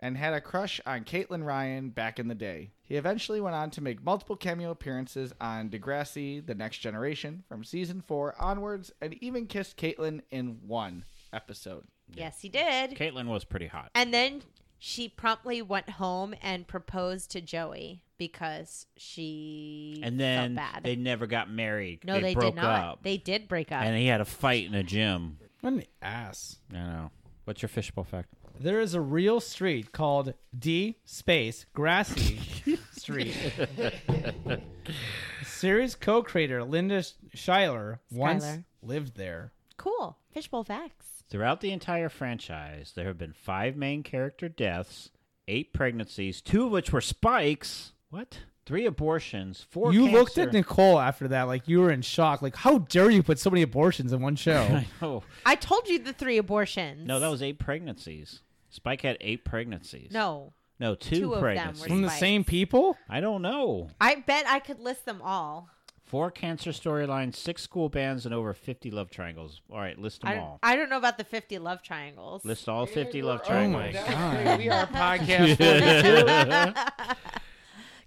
and had a crush on Caitlin Ryan back in the day. He eventually went on to make multiple cameo appearances on Degrassi The Next Generation from season 4 onwards and even kissed Caitlin in one episode. Yes, he did. Caitlin was pretty hot. And then she promptly went home and proposed to Joey because she And then felt bad. they never got married. no, they, they, broke did not. up. They did break up. and he had a fight in a gym. What an ass. I know. What's your fishbowl fact? There is a real street called D space Grassy Street. Series co-creator Linda Schuyler once Schuyler. lived there. Cool. Fishbowl facts. Throughout the entire franchise, there have been five main character deaths, eight pregnancies, two of which were spikes. What? Three abortions, four. you cancer. looked at Nicole after that like you were in shock. Like, how dare you put so many abortions in one show? I know. I told you the three abortions. No, that was eight pregnancies. Spike had eight pregnancies. No. no, two, two of them were pregnancies. From the Spikes. same people? I don't know. I bet I could list them all. Four cancer storylines, six school bands, and over fifty love triangles. All right, list them I, all. I don't know about the 50 love triangles. list all fifty love Oh my triangles. god. We are podcast.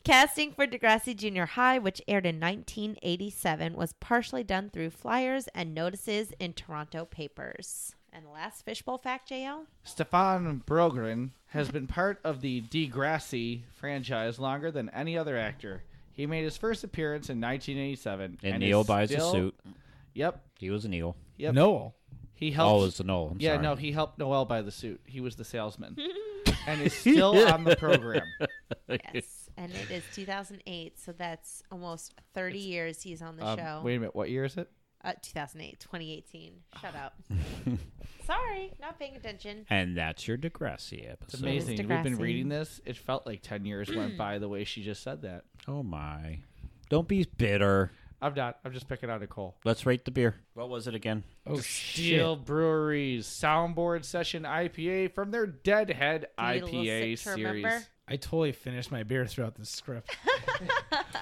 Casting for Degrassi Junior High, which aired in 1987, was partially done through flyers and notices in Toronto papers. And the last fishbowl fact, JL? Stefan Brogren has been part of the Degrassi franchise longer than any other actor. He made his first appearance in 1987. And is Neil buys still- a suit. Yep. He was a Neil. Yep. Noel. He helped. Oh, it's a Noel. I'm yeah, sorry. no, he helped Noel buy the suit. He was the salesman. and is still on the program. Yes. and it is 2008, so that's almost 30 years he's on the Um, show. Wait a minute, what year is it? Uh, 2008, 2018. Shut up. Sorry, not paying attention. And that's your Degrassi episode. It's amazing. Mr. We've been Grassi. reading this. It felt like 10 years went by the way she just said that. Oh my. Don't be bitter. I'm not. I'm just picking out Nicole. Let's rate the beer. What was it again? Oh Steel Brewery's Soundboard Session IPA from their Deadhead need a little IPA sip to series. remember? I totally finished my beer throughout this script.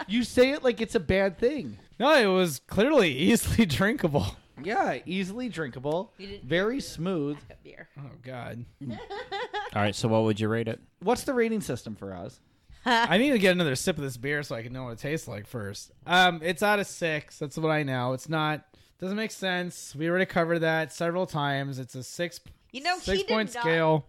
You say it like it's a bad thing. no, it was clearly easily drinkable. Yeah, easily drinkable, You didn't- very smooth. Got Beer. Oh god. All right, so what would you rate it? What's the rating system for us? I need to get another sip of this beer so I can know what it tastes like first. Um, it's out of six. That's what I know. It's not. Doesn't make sense. We already covered that several times. It's a six. You know, he six did point not- scale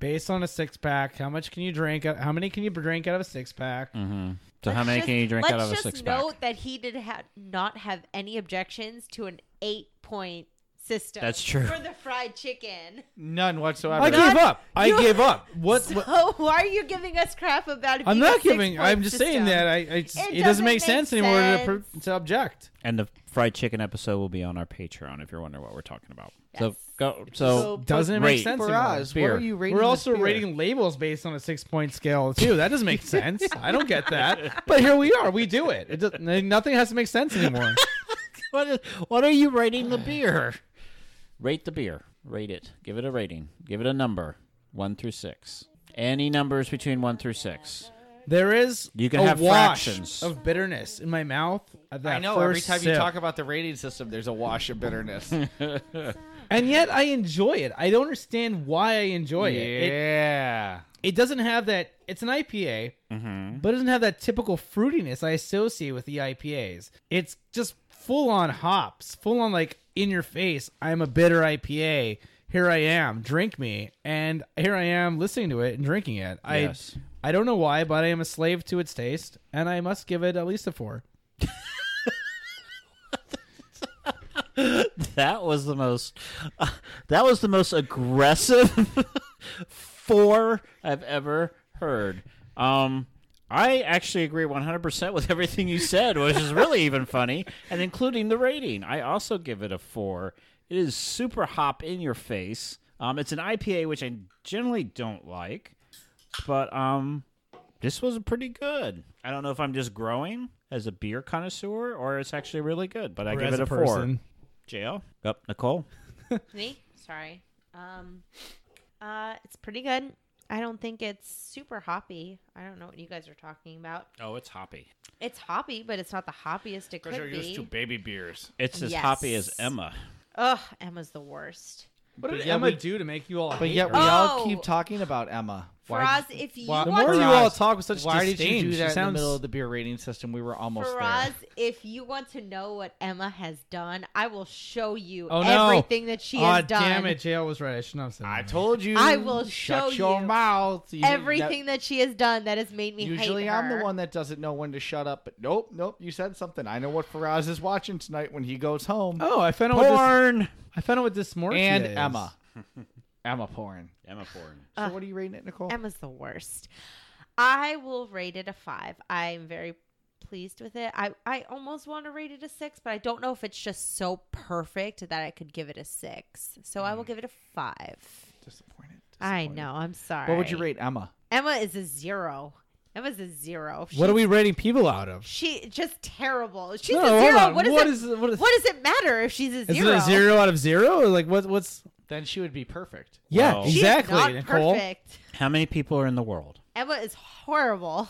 based on a six pack. How much can you drink? How many can you drink out of a six pack? So how Let's many just- can you drink out of a let's six just pack? note that he did ha- not have any objections to an eight point system. That's true. For the fried chicken. None whatsoever. I gave up. I you- gave up. What? So what- why are you giving us crap about it? I'm being a not giving. six-point I'm just saying system? that I. I just- it, doesn't make sense, anymore to, pro- to object. And the fried chicken episode will be on our Patreon if you're wondering what we're talking about. So go. So Doesn't it rate make sense for anymore? us? Beer. What are you rating? We're this also beer? rating labels based on a six point scale too. That doesn't make sense. I don't get that. But here we are. We do it. it does, nothing has to make sense anymore. what, is, what are you rating the beer? Rate the beer. Rate it. Give it a rating. Give it a number. One through six. Any numbers between one through six. There is You can a have wash fractions. of bitterness in my mouth. At that I know. Every first time you sip. talk about the rating system, there's a wash of bitterness. and yet I enjoy it. I don't understand why I enjoy it. it. yeah. Mm-hmm. It doesn't have that. It's an IPA, but it doesn't have that typical fruitiness I associate with the IPAs. It's just full on hops, full on like in your face. I'm a bitter IPA. Here I am, drink me, and here I am listening to it and drinking it. Yes. I I don't know why, but I am a slave to its taste, and I must give it at least a four. That was the most. that was the most aggressive four I've ever heard. Um, I actually agree 100% with everything you said, which is really even funny, and including the rating. I also give it a four. It is super hop in your face. Um, it's an IPA, which I generally don't like, but um, this was pretty good. I don't know if I'm just growing as a beer connoisseur or it's actually really good, but I Or give as it a, person. four. JL? Up, Nicole? Me? Sorry. Um, uh, it's pretty good. I don't think it's super hoppy. I don't know what you guys are talking about. Oh, it's hoppy. It's hoppy, but it's not the hoppiest it could be. baby beers. It's as Yes. hoppy as Emma. Ugh, Emma's the worst. What did But yet Emma we- do to make you all? But hate yet her? we all Oh. keep talking about Emma. Faraz, if you why- the want more to you Faraz, all talk with such Why did disdain, you do she that in sounds- the middle of the beer rating system? We were almost Faraz, there. if you want to know what Emma has done, I will show you Oh no! everything that she Aw, has done. Ah, Damn it! JL was right. I should not have said. I that. told you. I will show shut your you mouth. You- that- Everything that she has done that has made me Usually hate I'm the her. one that doesn't know when to shut up, but nope, nope, you said something. I know what Faraz is watching tonight when he goes home. Oh, I found out what this. Porn. I found out what this morphia and is. Emma. Emma porn. Emma Porn. So what are you rating it, Nicole? Emma's the worst. I will rate it a five. I'm very pleased with it. I, I almost want to rate it a six, but I don't know if it's just so perfect that I could give it a six. So I will give it a five. Mm. Disappointed. I know. I'm sorry. What would you rate Emma? Emma is a zero. Emma's a zero. What are She's- we rating people out of? She just terrible. She's No, a hold zero. on. What, is What it, is- what is- what does it matter if she's a Is zero? it a zero out of zero? Or like what? What's Then she would be perfect. yeah? Wow. She's Exactly, not Nicole. perfect. How many people are in the world? Emma is horrible.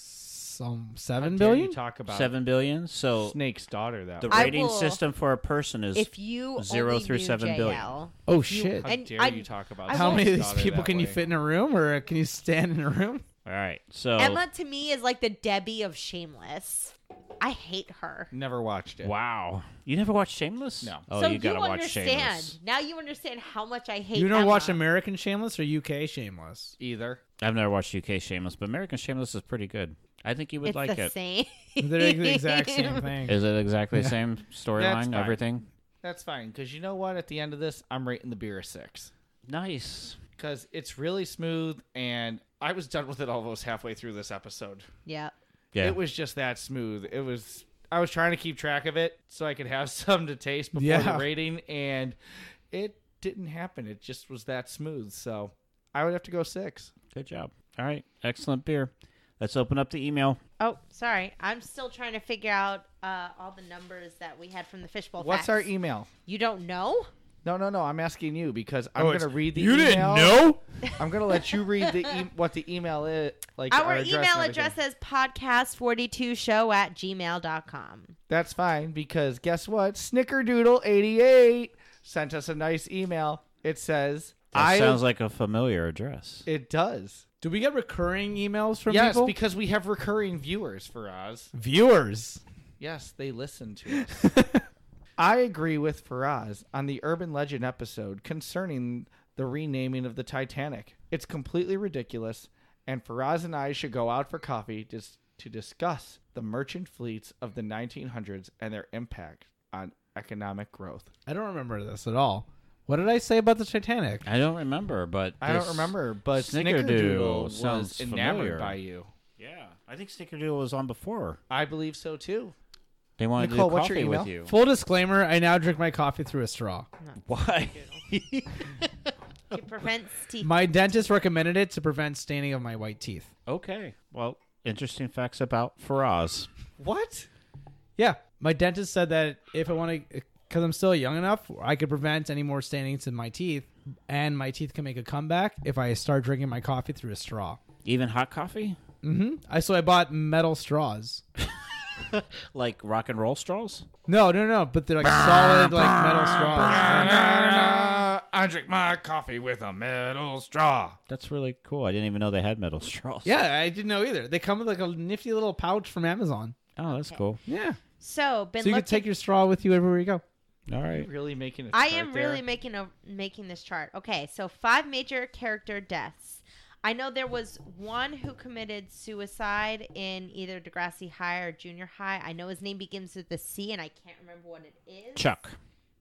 Some How seven dare you billion. Talk about Seven billion. So Snake's daughter. That the I rating will- system for a person is If you Zero only through knew seven JL, billion. Oh shit! How and dare I- you talk about? I How will- many of Snake's these daughter people that can you way? fit in a room, or can you stand in a room? all right. So Emma to me is like the Debbie of Shameless. I hate her. Never watched it. wow, you never watched Shameless? No. Oh, so you gotta watch understand. Shameless. Now you understand how much I hate. You Emma. don't watch American Shameless or UK Shameless? Either. I've never watched UK Shameless, but American Shameless is pretty good. I think you would It's like the it. same. They're the exact same thing. Is it exactly the same That's storyline? fine. Everything That's fine, because you know what? At the end of this, I'm rating the beer a six. nice. Because it's really smooth, and I was done with it almost halfway through this episode. yeah. Yeah. It was just that smooth. It was. I was trying to keep track of it so I could have some to taste before Yeah. the rating, and it didn't happen. It just was that smooth. So I would have to go six. Good job. All right. Excellent beer. Let's open up the email. Oh, sorry. I'm still trying to figure out uh, all the numbers that we had from the fishbowl. What's facts. our email? e- You don't know? No, no, no. I'm asking you because I'm Oh, gonna it's- read the you email. didn't know? I'm gonna let you read the e- what the email is. Like Our, address and email everything. address is podcast42show at gmail.com. That's fine because guess what? Snickerdoodle88 sent us a nice email. It says, That "I." sounds like a familiar address. it does. Do we get recurring emails from Yes, people? because we have recurring viewers for us. viewers. Yes, they listen to us. I agree with Faraz on the urban legend episode concerning the renaming of the Titanic. It's completely ridiculous, and Faraz and I should go out for coffee just to discuss the merchant fleets of the 1900s and their impact on economic growth. I don't remember this at all. What did I say about the Titanic? I don't remember, but I don't this- remember, but Snickerdoodle Snickerdoodle, sounds was enamored familiar. by you. Yeah, I think Snickerdoodle was on before. I believe so too. They wanted Nicole, to do what's your coffee email? with you. Full disclaimer: I now drink my coffee through a straw. Why? It prevents teeth. My dentist recommended it to prevent staining of my white teeth. okay. Well, interesting facts about Faraz. What? Yeah, my dentist said that if I want to, because I'm still young enough, I could prevent any more stainings in my teeth, and my teeth can make a comeback if I start drinking my coffee through a straw. Even hot coffee, hmm I so I bought metal straws. like rock and roll straws. No, no, no, but they're like solid, like metal straws. I drink my coffee with a metal straw. That's really cool. I didn't even know they had metal straws. Yeah, I didn't know either. They come with like a nifty little pouch from Amazon. Oh, that's cool. Yeah, So, been so you looking. could take your straw with you everywhere you go. All right. Really making it. I am really making a making this chart. Okay, so five major character deaths. I know there was one who committed suicide in either Degrassi High or Junior High. I know his name begins with a C, and I can't remember what it is. Chuck.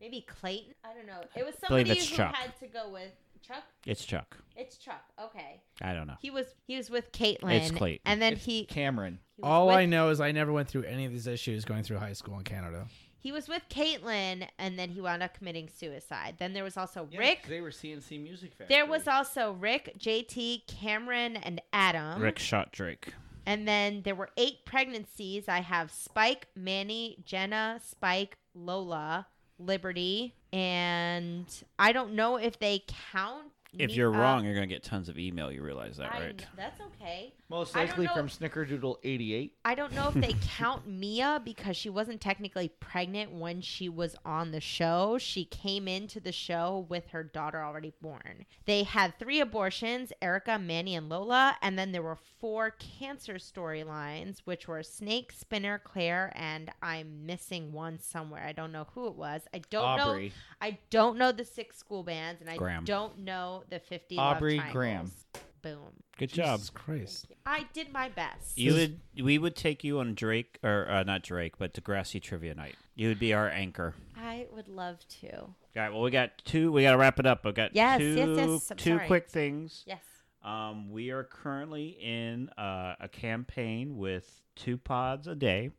Maybe Clayton. I don't know. It was believe somebody who it's Chuck. had to go with Chuck. It's Chuck. It's Chuck. Okay. I don't know. He was he was with Caitlin. It's Clayton. And then he, he Cameron. was All with, I know is I never went through any of these issues going through high school in Canada. he was with Caitlin, and then he wound up committing suicide. Then there was also Rick. They were CNC Music Factory. There was also Rick, JT, Cameron, and Adam. Rick shot Drake. And then there were eight pregnancies. I have Spike, Manny, Jenna, Spike, Lola, Liberty, and I don't know if they count. If me you're up. wrong, you're gonna get tons of email. You realize that, I- right? That's okay. most I don't likely know- from Snickerdoodle '88. I don't know if they count Mia because she wasn't technically pregnant when she was on the show. She came into the show with her daughter already born. They had three abortions Erica, Manny, and Lola. And then there were four cancer storylines, which were Snake, Spinner, Claire, and I'm missing one somewhere. I don't know who it was. I don't know. Aubrey. I don't know the six school bands, and I Graham. don't know the 50 Aubrey love Graham. triangles. Boom. Good job. Jesus Christ. I did my best. You would. We would take you on Drake, or uh, not Drake, but Degrassi trivia night. You would be our anchor. I would love to. All right. Well, we got two. We got to wrap it up. I've got Yes, two, yes, yes, I'm two sorry. quick things. Yes. Um, we are currently in uh, a campaign with two pods a day.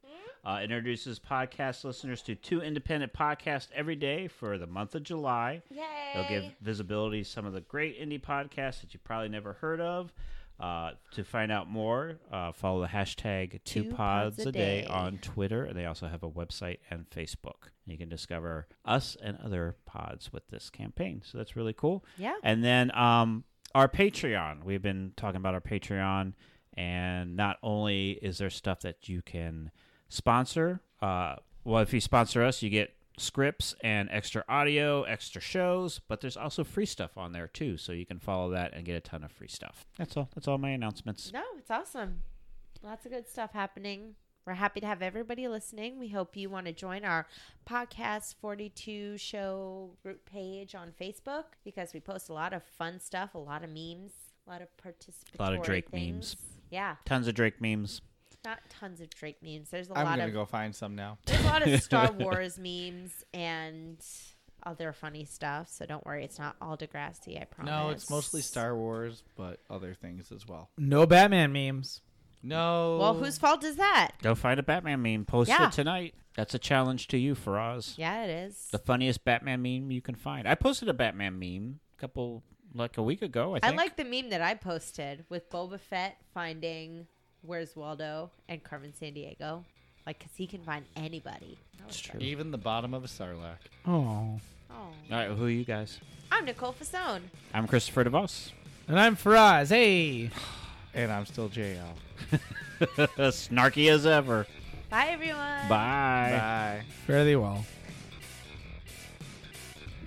Uh, introduces podcast listeners to two independent podcasts every day for the month of July. Yay. They'll give visibility to some of the great indie podcasts that you probably never heard of. Uh, to find out more, uh, follow the hashtag two, pods, a day. on Twitter. And they also have a website and Facebook. You can discover us and other pods with this campaign. So that's really cool. Yeah. And then um, our Patreon. We've been talking about our Patreon. And not only is there stuff that you can sponsor, uh, well, if you sponsor us, you get scripts and extra audio, extra shows, but there's also free stuff on there too. So you can follow that and get a ton of free stuff. That's all. That's all my announcements. No, it's awesome. Lots of good stuff happening. We're happy to have everybody listening. We hope you want to join our podcast 42 show group page on Facebook because we post a lot of fun stuff, a lot of memes, a lot of participatory A lot of Drake things. memes. Yeah, Tons of Drake memes. not tons of Drake memes. There's a I'm lot gonna of go find some now. there's a lot of Star Wars memes and other funny stuff. So don't worry, it's not all Degrassi. I promise. No, it's mostly Star Wars, but other things as well. No Batman memes. No. Well, whose fault is that? Go find a Batman meme. Post Yeah. it tonight. That's a challenge to you, Faraz. Yeah, it is. The funniest Batman meme you can find. I posted a Batman meme a couple like a week ago. I I think. like the meme that I posted with Boba Fett finding where's Waldo and Carmen San Diego. Like, because he can find anybody. That was It's good. true. Even the bottom of a sarlacc. Oh. Oh. All right, who are you guys? I'm Nicole Fasone. I'm Christopher DeVos. And I'm Faraz. Hey. And I'm still JL. Snarky as ever. Bye, everyone. Bye. Bye. Fare thee well.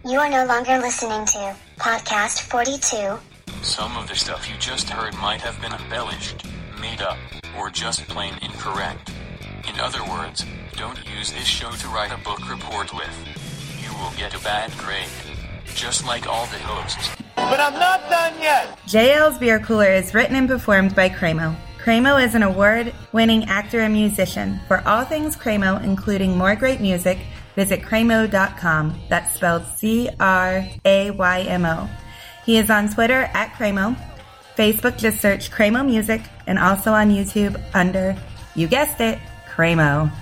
You are no longer listening to Podcast 42. Some of the stuff you just heard might have been embellished, made up, or just plain incorrect. In other words, don't use this show to write a book report with. You will get a bad grade. Just like all the hosts. JL's Beer Cooler is written and performed by Cremo. Cremo is an award winning actor and musician. For all things Cremo, including more great music, visit Cremo.com. That's spelled C R A Y M O. He is on Twitter at Cremo, Facebook, just search Cremo Music, and also on YouTube under, you guessed it, Cremo.